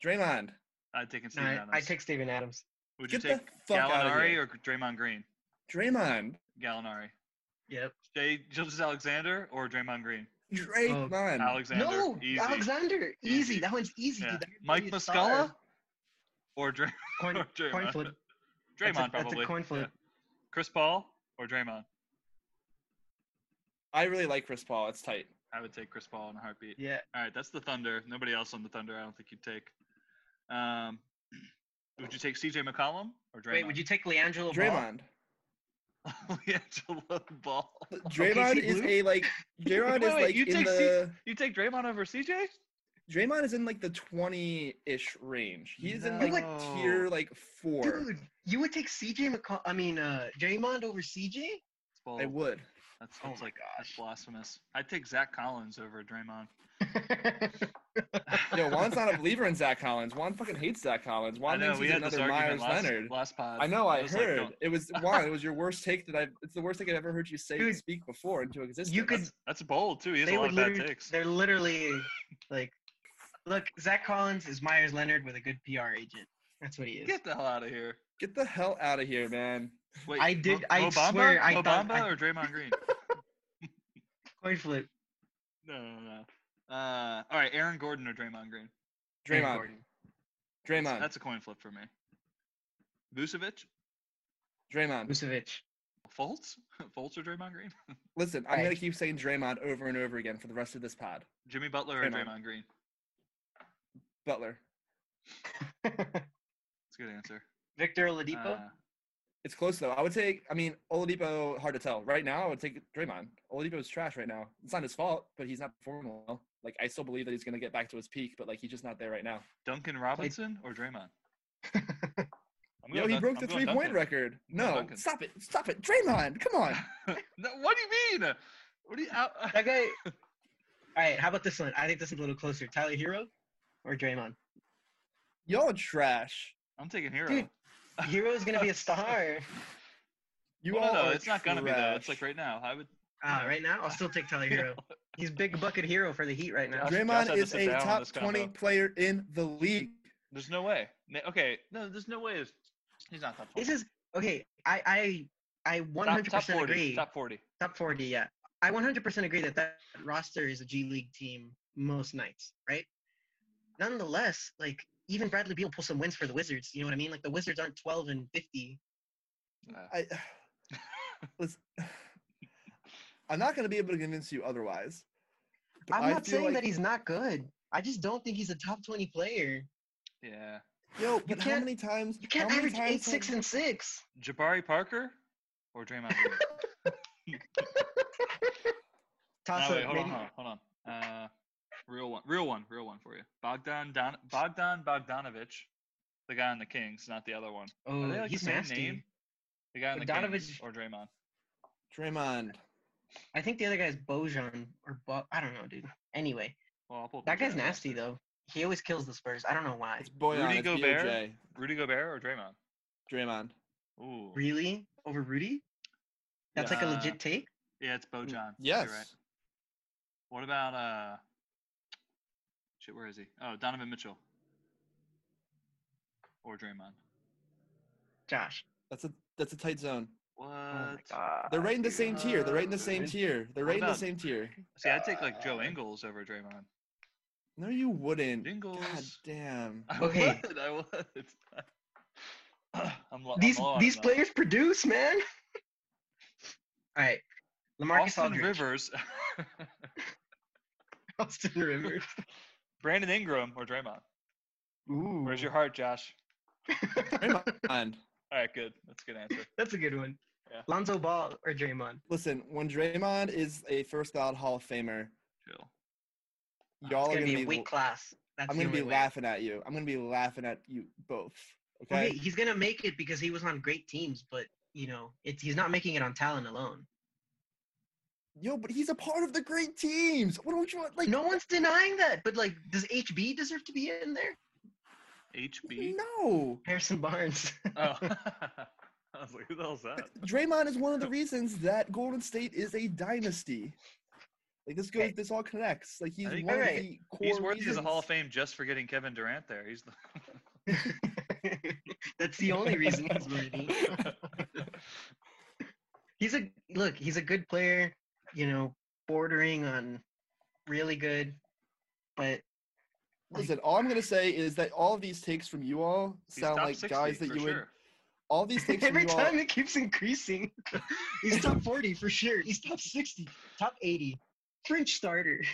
Speaker 3: Draymond,
Speaker 1: I'd take
Speaker 2: No,
Speaker 1: Steven
Speaker 2: I,
Speaker 1: Adams.
Speaker 2: I take Steven Adams.
Speaker 1: Would you
Speaker 3: get
Speaker 1: take
Speaker 3: the fuck out of
Speaker 1: Gallinari
Speaker 3: here.
Speaker 1: or Draymond Green?
Speaker 3: Draymond,
Speaker 1: Gallinari.
Speaker 2: Yep.
Speaker 1: Jay Gilgis Alexander or Draymond Green?
Speaker 2: oh,
Speaker 3: Draymond,
Speaker 1: Alexander.
Speaker 2: no,
Speaker 1: easy.
Speaker 2: Alexander. Easy.
Speaker 1: Easy.
Speaker 2: That one's easy.
Speaker 1: Yeah.
Speaker 2: Dude. That
Speaker 1: Mike
Speaker 2: really is
Speaker 1: Muscala
Speaker 2: hard.
Speaker 1: or Dray-
Speaker 2: Coin,
Speaker 1: or Draymond?
Speaker 2: coin flip.
Speaker 1: Draymond
Speaker 2: That's a-
Speaker 1: probably.
Speaker 2: That's a coin
Speaker 1: yeah.
Speaker 2: flip.
Speaker 1: Chris Paul or Draymond?
Speaker 3: I really like Chris Paul. It's tight.
Speaker 1: I would take Chris Paul in a heartbeat.
Speaker 2: Yeah.
Speaker 1: All right, that's the Thunder. Nobody else on the Thunder. I don't think you'd take. Um, would you take C.J. McCollum or Draymond?
Speaker 2: Wait, would you take Leandro? Ball?
Speaker 3: Draymond.
Speaker 1: Leandro Ball.
Speaker 3: Draymond
Speaker 2: see,
Speaker 3: is
Speaker 2: Luke-
Speaker 3: a like. Draymond
Speaker 1: Wait,
Speaker 3: is
Speaker 1: wait,
Speaker 3: like
Speaker 1: you
Speaker 3: in
Speaker 1: take C-
Speaker 3: the.
Speaker 1: You take Draymond over C.J.
Speaker 3: Draymond is in like the twenty-ish range. He's in
Speaker 2: You
Speaker 3: like tier like four.
Speaker 2: Dude, you would take CJ McCall. I mean, uh, Draymond over CJ?
Speaker 1: That's bold.
Speaker 3: I would.
Speaker 1: That's,
Speaker 2: Oh
Speaker 1: that's
Speaker 2: my
Speaker 1: like that's blasphemous. I'd take Zach Collins over Draymond.
Speaker 3: Yo, Juan's not a believer in Zach Collins. Juan fucking hates Zach Collins.
Speaker 1: I
Speaker 3: Juan
Speaker 1: know
Speaker 3: thinks
Speaker 1: we
Speaker 3: he's
Speaker 1: had this
Speaker 3: another
Speaker 1: argument
Speaker 3: Myers
Speaker 1: last,
Speaker 3: Leonard.
Speaker 1: last pod.
Speaker 3: I know. I,
Speaker 1: was like,
Speaker 3: heard
Speaker 1: don't-
Speaker 3: it was Juan. It was your worst take that I've. It's the worst thing I've ever heard you say
Speaker 2: Dude,
Speaker 3: speak before into existence.
Speaker 2: you could.
Speaker 1: that's, that's bold too. He has a
Speaker 2: They
Speaker 1: lot
Speaker 2: would
Speaker 1: of bad
Speaker 2: literally.
Speaker 1: takes.
Speaker 2: They're literally like, look, Zach Collins is Myers Leonard with a good PR agent. That's what he is.
Speaker 1: Get the hell out of here.
Speaker 3: get the hell out of here, man.
Speaker 1: Wait,
Speaker 2: I
Speaker 1: Mo-
Speaker 2: did- I
Speaker 1: Mo Bamba?
Speaker 2: swear I
Speaker 1: Mo
Speaker 2: thought-
Speaker 1: Bamba
Speaker 2: I-
Speaker 1: or Draymond Green.
Speaker 2: Coin flip.
Speaker 1: No, no, no. no. Uh, all right, Aaron Gordon or Draymond Green.
Speaker 2: Aaron
Speaker 3: Draymond.
Speaker 2: Gordon.
Speaker 3: Draymond.
Speaker 1: That's a coin flip for me. Vucevic,
Speaker 3: Draymond.
Speaker 2: Vucevic.
Speaker 1: Fultz, Fultz or Draymond Green.
Speaker 3: Listen, I'm gonna
Speaker 2: Right.
Speaker 3: keep saying Draymond over and over again for the rest of this pod.
Speaker 1: Jimmy Butler or
Speaker 3: Draymond.
Speaker 1: Draymond Green.
Speaker 3: Butler.
Speaker 1: That's a good answer.
Speaker 2: Victor Oladipo.
Speaker 1: Uh,
Speaker 3: It's close though. I would take. I mean, Oladipo. Hard to tell. Right now, I would take Draymond. Oladipo is trash right now. It's not his fault, but he's not performing well. Like I still believe that he's gonna get back to his peak, but like he's just not there right now.
Speaker 1: Duncan Robinson or Draymond. I'm
Speaker 3: Yo,
Speaker 1: going
Speaker 3: he
Speaker 1: Dun-
Speaker 3: broke
Speaker 1: I'm
Speaker 3: the
Speaker 1: going
Speaker 3: three point
Speaker 1: Duncan.
Speaker 3: record.
Speaker 1: going
Speaker 3: No,
Speaker 1: Duncan.
Speaker 3: stop it, stop it, Draymond. Come on.
Speaker 1: no, what do you mean? What do you? How,
Speaker 2: that guy. All right, how about this one? I think this is a little closer. Tyler Hero or Draymond?
Speaker 3: Y'all are trash.
Speaker 1: I'm taking Hero.
Speaker 2: Dude, Hero is gonna be a star.
Speaker 3: You
Speaker 1: Well,
Speaker 3: all
Speaker 1: no, no,
Speaker 3: are
Speaker 1: it's not gonna be though. It's like
Speaker 3: trash.
Speaker 1: right now. I would.
Speaker 2: Uh, right now, I'll still take Tyler Hero. He's big bucket hero for the Heat right now.
Speaker 1: Josh- Josh had
Speaker 3: Draymond
Speaker 1: to
Speaker 3: is
Speaker 1: sit
Speaker 3: a
Speaker 1: down on
Speaker 3: top
Speaker 1: this combo.
Speaker 3: twenty player in the league.
Speaker 1: There's no way. Na- Okay, no, there's no way. He's not top. 40.
Speaker 2: This is okay. I I I
Speaker 1: Top-
Speaker 2: 100
Speaker 1: top
Speaker 2: percent
Speaker 1: 40,
Speaker 2: agree. Top,
Speaker 1: Top 40.
Speaker 2: 40, yeah. I 100 percent agree that that roster is a G League team most nights, right? Nonetheless, like even Bradley Beal pulls some wins for the Wizards. You know what I mean? Like the Wizards aren't 12 and 50.
Speaker 1: Uh,
Speaker 3: I listen, I'm not going to be able to convince you otherwise. but
Speaker 2: I'm
Speaker 3: I
Speaker 2: not
Speaker 3: feel
Speaker 2: saying
Speaker 3: like-
Speaker 2: that he's not good. I just don't think he's a top 20 player.
Speaker 1: yeah.
Speaker 3: Yo, but how
Speaker 2: can't-
Speaker 3: many times?
Speaker 2: You can't
Speaker 3: how many
Speaker 2: average eight,
Speaker 3: times have-
Speaker 2: six, and six.
Speaker 1: Jabari Parker or Draymond Green?
Speaker 2: Toss
Speaker 1: no, wait,
Speaker 2: up,
Speaker 1: hold on,
Speaker 2: maybe.
Speaker 1: hold on, hold on. Uh, real one, real one, real one for you. Bogdan Don, Bogdan Bogdanovich, the guy on the Kings, not the other one. Are
Speaker 2: Oh,
Speaker 1: they like
Speaker 2: he's
Speaker 1: Mm, the same
Speaker 2: nasty.
Speaker 1: name? The guy on the
Speaker 2: Bogdanovich-
Speaker 1: Kings or Draymond?
Speaker 3: Draymond.
Speaker 2: I think the other guy's Bojan or Bo- I don't know, dude. Anyway,
Speaker 1: Well, I'll pull up
Speaker 2: that
Speaker 1: the
Speaker 2: guy's
Speaker 1: draft
Speaker 2: nasty
Speaker 1: roster.
Speaker 2: though. He always kills the Spurs. I don't know why.
Speaker 3: It's Boyan.
Speaker 1: Rudy
Speaker 3: it's
Speaker 1: Gobert?
Speaker 3: BOJ.
Speaker 1: Rudy Gobert or Draymond?
Speaker 3: Draymond.
Speaker 1: Ooh.
Speaker 2: Really over Rudy? That's like a
Speaker 1: Yeah.
Speaker 2: legit take.
Speaker 1: Yeah, it's Bojan. You're
Speaker 3: Yes.
Speaker 1: right. What about uh? Shit, where is he? Oh, Donovan Mitchell. Or Draymond.
Speaker 2: Josh.
Speaker 3: That's a that's a tight zone.
Speaker 1: What?
Speaker 2: Oh my god.
Speaker 3: They're right in the same tier. They're right in the
Speaker 1: Uh,
Speaker 3: same
Speaker 1: dude.
Speaker 3: tier. They're
Speaker 1: What
Speaker 3: right in the
Speaker 1: about-
Speaker 3: same tier.
Speaker 1: See, I'd take like Joe
Speaker 3: God.
Speaker 1: Ingles over Draymond.
Speaker 3: No, you wouldn't. God
Speaker 1: Ingles.
Speaker 3: damn.
Speaker 1: I
Speaker 2: Okay.
Speaker 1: would. I would. I'm lo- I'm
Speaker 2: These
Speaker 1: low on
Speaker 2: these
Speaker 1: that.
Speaker 2: players produce, man. All right. LaMarcus
Speaker 1: Austin
Speaker 2: Aldridge.
Speaker 1: Rivers,
Speaker 2: Austin Rivers.
Speaker 1: Brandon Ingram, or Draymond.
Speaker 2: Ooh.
Speaker 1: Where's your heart, Josh?
Speaker 3: Draymond.
Speaker 1: All right, good. That's a good answer.
Speaker 2: That's a good one.
Speaker 1: Yeah.
Speaker 2: Lonzo Ball or Draymond?
Speaker 3: Listen, when Draymond is a first ballot Hall of Famer,
Speaker 1: Chill.
Speaker 3: y'all
Speaker 2: it's gonna
Speaker 3: are gonna
Speaker 2: be
Speaker 3: be.
Speaker 2: a weak class. That's
Speaker 3: I'm
Speaker 2: the
Speaker 3: gonna be
Speaker 2: only way.
Speaker 3: laughing at you. I'm gonna be laughing at you both.
Speaker 2: Well,
Speaker 3: Okay.
Speaker 2: hey, he's gonna make it because he was on great teams, but you know, it's he's not making it on talent alone.
Speaker 3: Yo, but he's a part of the great teams. What don't you want? Like,
Speaker 2: No one's denying that, but like, does HB deserve to be in there?
Speaker 1: HB.
Speaker 3: no.
Speaker 2: Harrison Barnes.
Speaker 1: Oh. I was like, who the hell's that?
Speaker 3: Draymond is one of the reasons that Golden State is a dynasty. Like this goes,
Speaker 2: Hey.
Speaker 3: this all connects. Like he's
Speaker 1: I
Speaker 3: one
Speaker 1: think-
Speaker 3: of
Speaker 2: Alright.
Speaker 3: the core
Speaker 1: He's worthy as a
Speaker 3: reasons.
Speaker 1: Hall of Fame just for getting Kevin Durant there. He's the.
Speaker 2: That's the only reason he's worthy. He's a look. He's a good player. You know, bordering on really good, but
Speaker 3: Listen, all I'm gonna say is that all of these takes from you all
Speaker 1: He's
Speaker 3: sound
Speaker 1: top
Speaker 3: like
Speaker 1: 60
Speaker 3: guys that
Speaker 1: for
Speaker 3: you would.
Speaker 1: sure.
Speaker 3: All these takes from
Speaker 2: every
Speaker 3: you all-
Speaker 2: time it keeps increasing. he's top forty for sure. He's top sixty, top eighty, French starter.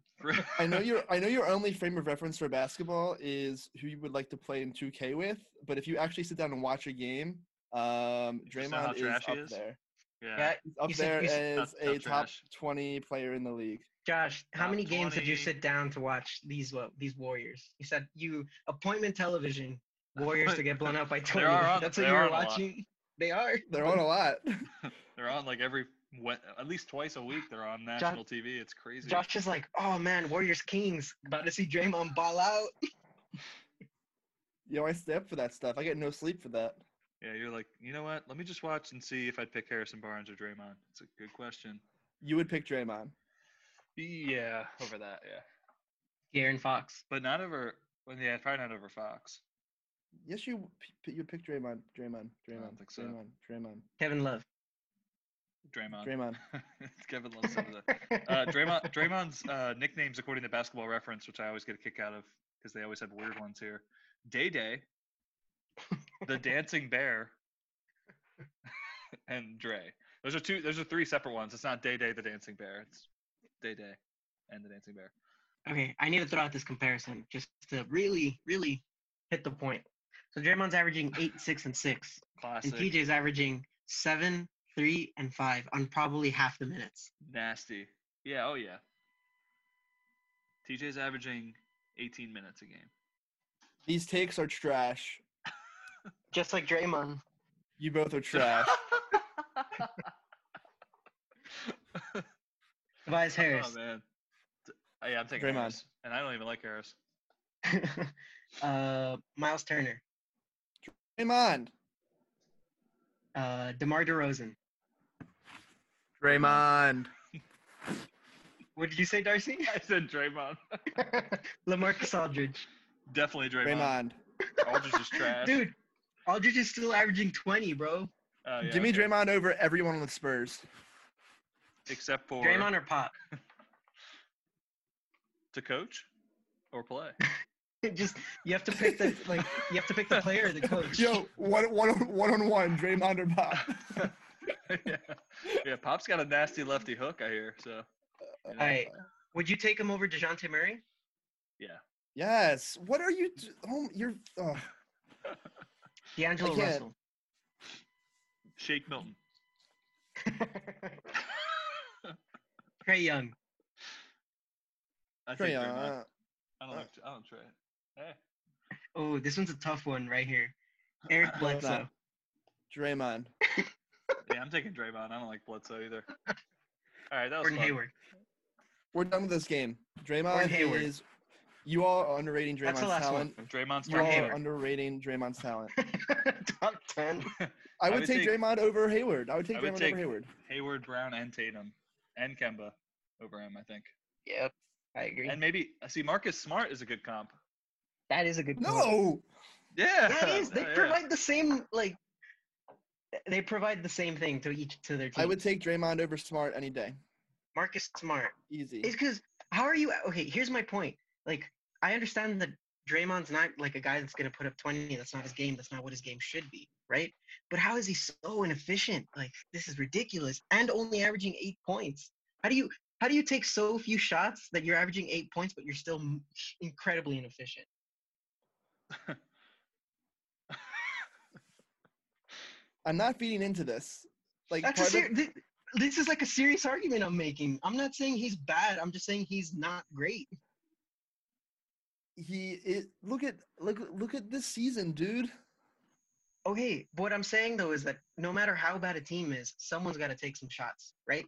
Speaker 3: I know your I know your only frame of reference for basketball is who you would like to play in 2K with, but if you actually sit down and watch a game, um,
Speaker 1: You just know how
Speaker 3: Draymond is
Speaker 1: trash he
Speaker 3: up
Speaker 1: is?
Speaker 3: there.
Speaker 1: yeah.
Speaker 3: He's up
Speaker 2: You said-
Speaker 3: there
Speaker 2: you said-
Speaker 3: as
Speaker 1: Not-
Speaker 3: a
Speaker 1: not
Speaker 3: top
Speaker 1: trash.
Speaker 3: 20 player in the league.
Speaker 2: Josh, how
Speaker 1: Top
Speaker 2: many games did
Speaker 1: 20.
Speaker 2: you sit down to watch these wa- these Warriors? You said you appointment television Warriors to get blown out by twenty.
Speaker 1: are on-
Speaker 2: That's
Speaker 1: they
Speaker 2: what you
Speaker 1: are
Speaker 2: were
Speaker 1: on a lot.
Speaker 2: watching. They are.
Speaker 3: They're on a lot.
Speaker 1: They're on like every we- at least twice a week. They're on national TV. It's crazy.
Speaker 2: Josh is like, oh man, Warriors Kings about to see Draymond ball out.
Speaker 3: Yo, I stay up for that stuff. I get no sleep for that.
Speaker 1: Yeah, you're like, you know what? Let me just watch and see if I'd pick Harrison Barnes or Draymond. It's a good question.
Speaker 3: You would pick Draymond.
Speaker 1: Yeah, over that. Yeah,
Speaker 2: Aaron Fox.
Speaker 1: but not over. Well, yeah, probably not over Fox.
Speaker 3: Yes, you p- p- you pick Draymond. Draymond. Draymond.
Speaker 1: think so.
Speaker 3: Draymond. Draymond.
Speaker 2: Kevin Love.
Speaker 1: Draymond.
Speaker 3: Draymond.
Speaker 1: It's Kevin Love said that. Uh, Draymond, Draymond's uh, nicknames, according to Basketball Reference, which I always get a kick out of because they always have weird ones here. Day Day, the Dancing Bear, and Dre. Those are two. Those are three separate ones. It's not Day Day, the Dancing Bear. It's Day Day, and the Dancing Bear.
Speaker 2: Okay, I need to throw out this comparison just to really, really hit the point. So Draymond's averaging eight, six, and six, and
Speaker 1: Classic,
Speaker 2: TJ's averaging seven, three, and five on probably half the minutes.
Speaker 1: nasty. Yeah. Oh yeah. TJ's averaging 18 minutes a game.
Speaker 3: These takes are trash.
Speaker 2: Just like Draymond.
Speaker 3: You both are trash.
Speaker 2: Tobias Harris.
Speaker 1: Oh man. D- uh, Yeah, I'm taking
Speaker 3: Draymond.
Speaker 1: Harris, and I don't even like Harris.
Speaker 2: uh, Miles Turner,
Speaker 3: Draymond.
Speaker 2: uh, DeMar DeRozan.
Speaker 3: Draymond.
Speaker 2: What did you say, Darcy?
Speaker 1: I said Draymond.
Speaker 2: Lamarcus Aldridge.
Speaker 1: Definitely Draymond.
Speaker 3: Draymond.
Speaker 1: Aldridge is trash.
Speaker 2: Dude, Aldridge is still averaging 20,
Speaker 1: Oh,
Speaker 2: bro.
Speaker 1: yeah,
Speaker 3: Give me
Speaker 1: okay.
Speaker 3: Draymond over everyone on the Spurs.
Speaker 1: Except for
Speaker 2: Draymond or Pop?
Speaker 1: to coach or play.
Speaker 2: Just you have to pick the like you have to pick the player or the coach.
Speaker 3: Yo, one, one, on- one on one, Draymond or Pop.
Speaker 1: yeah. yeah, Pop's got a nasty lefty hook, I hear. So, you know,
Speaker 2: All right. Would you take him over Dejounte Murray?
Speaker 3: Yes. What are you? d- Oh, you're. Oh.
Speaker 2: D'Angelo
Speaker 3: Again.
Speaker 2: Russell.
Speaker 1: Shake Milton.
Speaker 2: Trey Young.
Speaker 1: I think
Speaker 3: Trae
Speaker 1: Draymond.
Speaker 3: Young.
Speaker 1: I don't like. I don't Trey. Hey,
Speaker 2: Oh, this one's a tough one right here. Eric
Speaker 3: No, it's
Speaker 2: Bledsoe.
Speaker 3: not. Draymond.
Speaker 1: Yeah, I'm taking Draymond. I don't like Bledsoe either. All right, that was
Speaker 2: Gordon
Speaker 1: fun.
Speaker 2: Hayward.
Speaker 3: We're done with this game.
Speaker 2: Gordon
Speaker 3: Draymond
Speaker 2: Hayward.
Speaker 3: is. You all are underrating
Speaker 2: That's
Speaker 3: Draymond's
Speaker 2: the last one.
Speaker 3: talent.
Speaker 1: Draymond's
Speaker 3: You all
Speaker 2: Gordon
Speaker 1: turn.
Speaker 2: Hayward.
Speaker 3: are underrating Draymond's talent.
Speaker 2: Top ten.
Speaker 3: I would, take, Draymond over Hayward. I would take
Speaker 1: I
Speaker 3: Draymond
Speaker 1: would take-
Speaker 3: over Hayward.
Speaker 1: Hayward, Brown, and Tatum, and Kemba over him, I think.
Speaker 2: Yep, I agree.
Speaker 1: And maybe I see Marcus Smart is a good comp.
Speaker 2: that is a good. point.
Speaker 3: No,
Speaker 1: Yeah,
Speaker 2: that is. They
Speaker 1: yeah, yeah.
Speaker 2: provide the same like. They provide the same thing to each to their team.
Speaker 3: I would take Draymond over Smart any day.
Speaker 2: Marcus Smart. It's
Speaker 3: Easy.
Speaker 2: because how are you? Okay, here's my point. Like, I understand that Draymond's not like a guy that's going to put up 20. That's not his game. That's not what his game should be, right? But how is he so inefficient? Like, this is ridiculous. And only averaging eight points. How do you how do you take so few shots that you're averaging eight points, but you're still m- incredibly inefficient?
Speaker 3: I'm not feeding into this. Like
Speaker 2: That's a
Speaker 3: part of-
Speaker 2: ser- thi- this is like a serious argument I'm making. I'm not saying he's bad. I'm just saying he's not great.
Speaker 3: he is, look at look look at this season, dude.
Speaker 2: Okay, what I'm saying though is that no matter how bad a team is, someone's got to take some shots, right?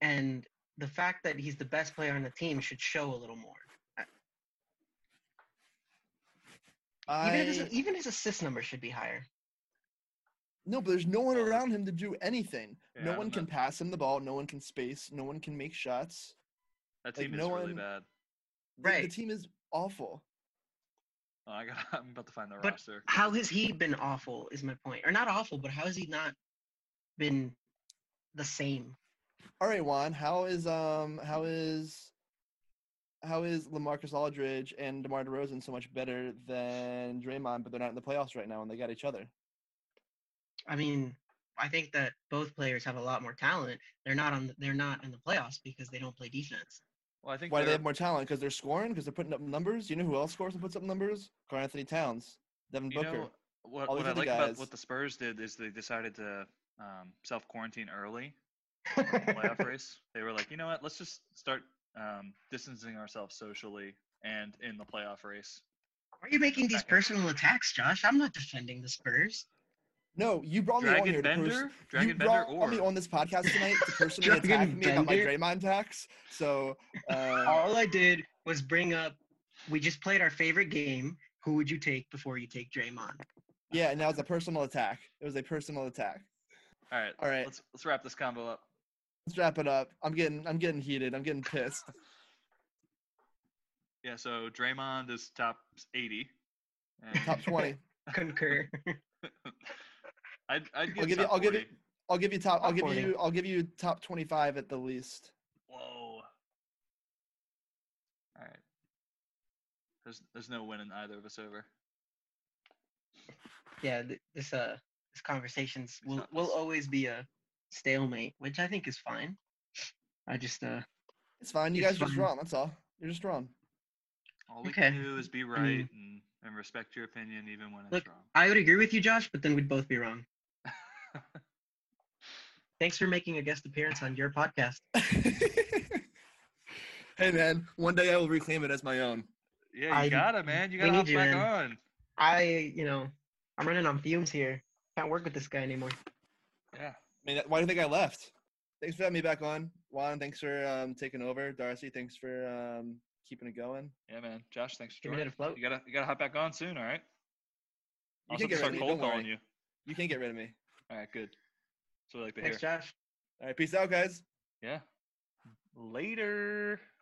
Speaker 2: And the fact that he's the best player on the team should show a little more. Even, if
Speaker 3: I
Speaker 2: his, even his assist number should be higher.
Speaker 3: no, but there's no one
Speaker 1: Well,
Speaker 3: around him to do anything.
Speaker 1: Yeah, I
Speaker 3: no
Speaker 1: don't
Speaker 3: one can
Speaker 1: know.
Speaker 3: pass him the ball. No one can space. No one can make shots.
Speaker 1: That
Speaker 3: like,
Speaker 1: team
Speaker 3: no
Speaker 1: is really
Speaker 3: one-
Speaker 1: bad.
Speaker 3: The- The,
Speaker 2: Right.
Speaker 3: team is awful.
Speaker 1: Oh, I got. I'm about to find the
Speaker 2: But-
Speaker 1: roster.
Speaker 2: How has he been awful? Is my point, or not awful, but how has he not been the same?
Speaker 3: All right, Juan. How is um how is how is Lamarcus Aldridge and DeMar DeRozan so much better than Draymond, but they're not in the playoffs right now and they got each other?
Speaker 2: I mean, I think that both players have a lot more talent. They're not on. The, they're not in the playoffs because they don't play defense.
Speaker 1: Well, I think
Speaker 3: Why do they
Speaker 1: they're-
Speaker 3: have more talent? Because they're scoring. Because they're putting up numbers. You know who else scores and puts up numbers? Carl Anthony Towns, Devin
Speaker 1: You
Speaker 3: Booker.
Speaker 1: know what,
Speaker 3: all
Speaker 1: what
Speaker 3: these
Speaker 1: I
Speaker 3: other
Speaker 1: like about
Speaker 3: guys.
Speaker 1: what the Spurs did is they decided to um, self quarantine early in the playoff race. They were like, you know what? Let's just start um, distancing ourselves socially and in the playoff race.
Speaker 2: Why are you making these
Speaker 1: Second.
Speaker 2: personal attacks, Josh? I'm not defending the Spurs.
Speaker 3: no, you brought me on
Speaker 1: Dragon
Speaker 3: here to pers-
Speaker 1: Bender, Dragon
Speaker 3: you
Speaker 1: Bender,
Speaker 3: brought
Speaker 1: or
Speaker 3: me on this podcast tonight to personally
Speaker 2: Dragon
Speaker 3: attack me about my
Speaker 2: Bender?
Speaker 3: Draymond tax. So uh,
Speaker 2: All I did was bring up. We just played our favorite game. Who would you take before you take Draymond?
Speaker 3: yeah, and that was a personal attack. It was a personal attack.
Speaker 1: All right,
Speaker 3: All right,
Speaker 1: let's let's wrap this combo up.
Speaker 3: let's wrap it up. I'm getting I'm getting heated. I'm getting pissed.
Speaker 1: Yeah, so Draymond is top 80. And
Speaker 3: Top twenty.
Speaker 2: Concur.
Speaker 1: I'd, I'd give
Speaker 3: I'll give you.
Speaker 1: top
Speaker 3: I'll give
Speaker 1: 40.
Speaker 3: you. I'll
Speaker 2: Top 40.
Speaker 3: give you top. I'll give you. I'll give you top twenty-five at the least.
Speaker 1: Whoa. All right. There's there's no winning either of us over.
Speaker 2: yeah, th- this uh, this conversations
Speaker 1: It's
Speaker 2: will
Speaker 1: not
Speaker 2: will
Speaker 1: this-
Speaker 2: always be a stalemate, which I think is fine. I just uh,
Speaker 3: It's fine. You
Speaker 2: It's
Speaker 3: guys are just
Speaker 2: fine.
Speaker 3: wrong. That's all. You're just wrong.
Speaker 1: All we can
Speaker 2: Okay. Mm.
Speaker 1: do is be right and, and respect your opinion even when it's
Speaker 2: Look,
Speaker 1: wrong.
Speaker 2: I would agree with you, Josh, but then we'd both be wrong. Thanks for making a guest appearance on your podcast.
Speaker 3: hey man, one day I will reclaim it as my own.
Speaker 1: Yeah, you
Speaker 2: I-
Speaker 1: gotta, man. You
Speaker 2: we
Speaker 1: gotta
Speaker 2: need
Speaker 1: hop
Speaker 2: you,
Speaker 1: back
Speaker 2: man.
Speaker 1: on.
Speaker 2: I, you know, I'm running on fumes here. Can't work with this guy anymore.
Speaker 1: Yeah.
Speaker 3: I mean, why do you think I left? Thanks for having me back on, Juan. Thanks for um, taking over, Darcy. Thanks for um, keeping it going.
Speaker 1: Yeah, man. Josh, thanks for
Speaker 2: Keeping
Speaker 1: joining.
Speaker 2: it afloat.
Speaker 1: You gotta you gotta hop back on soon, all right?
Speaker 3: You
Speaker 1: I'll
Speaker 3: can get
Speaker 1: start
Speaker 3: ready,
Speaker 1: cold
Speaker 3: don't worry.
Speaker 1: calling you.
Speaker 3: You can't get rid of me.
Speaker 1: All right, good. That's what I like to
Speaker 2: Thanks,
Speaker 1: hear.
Speaker 2: Josh.
Speaker 3: All right, peace out, guys.
Speaker 1: Yeah. Later.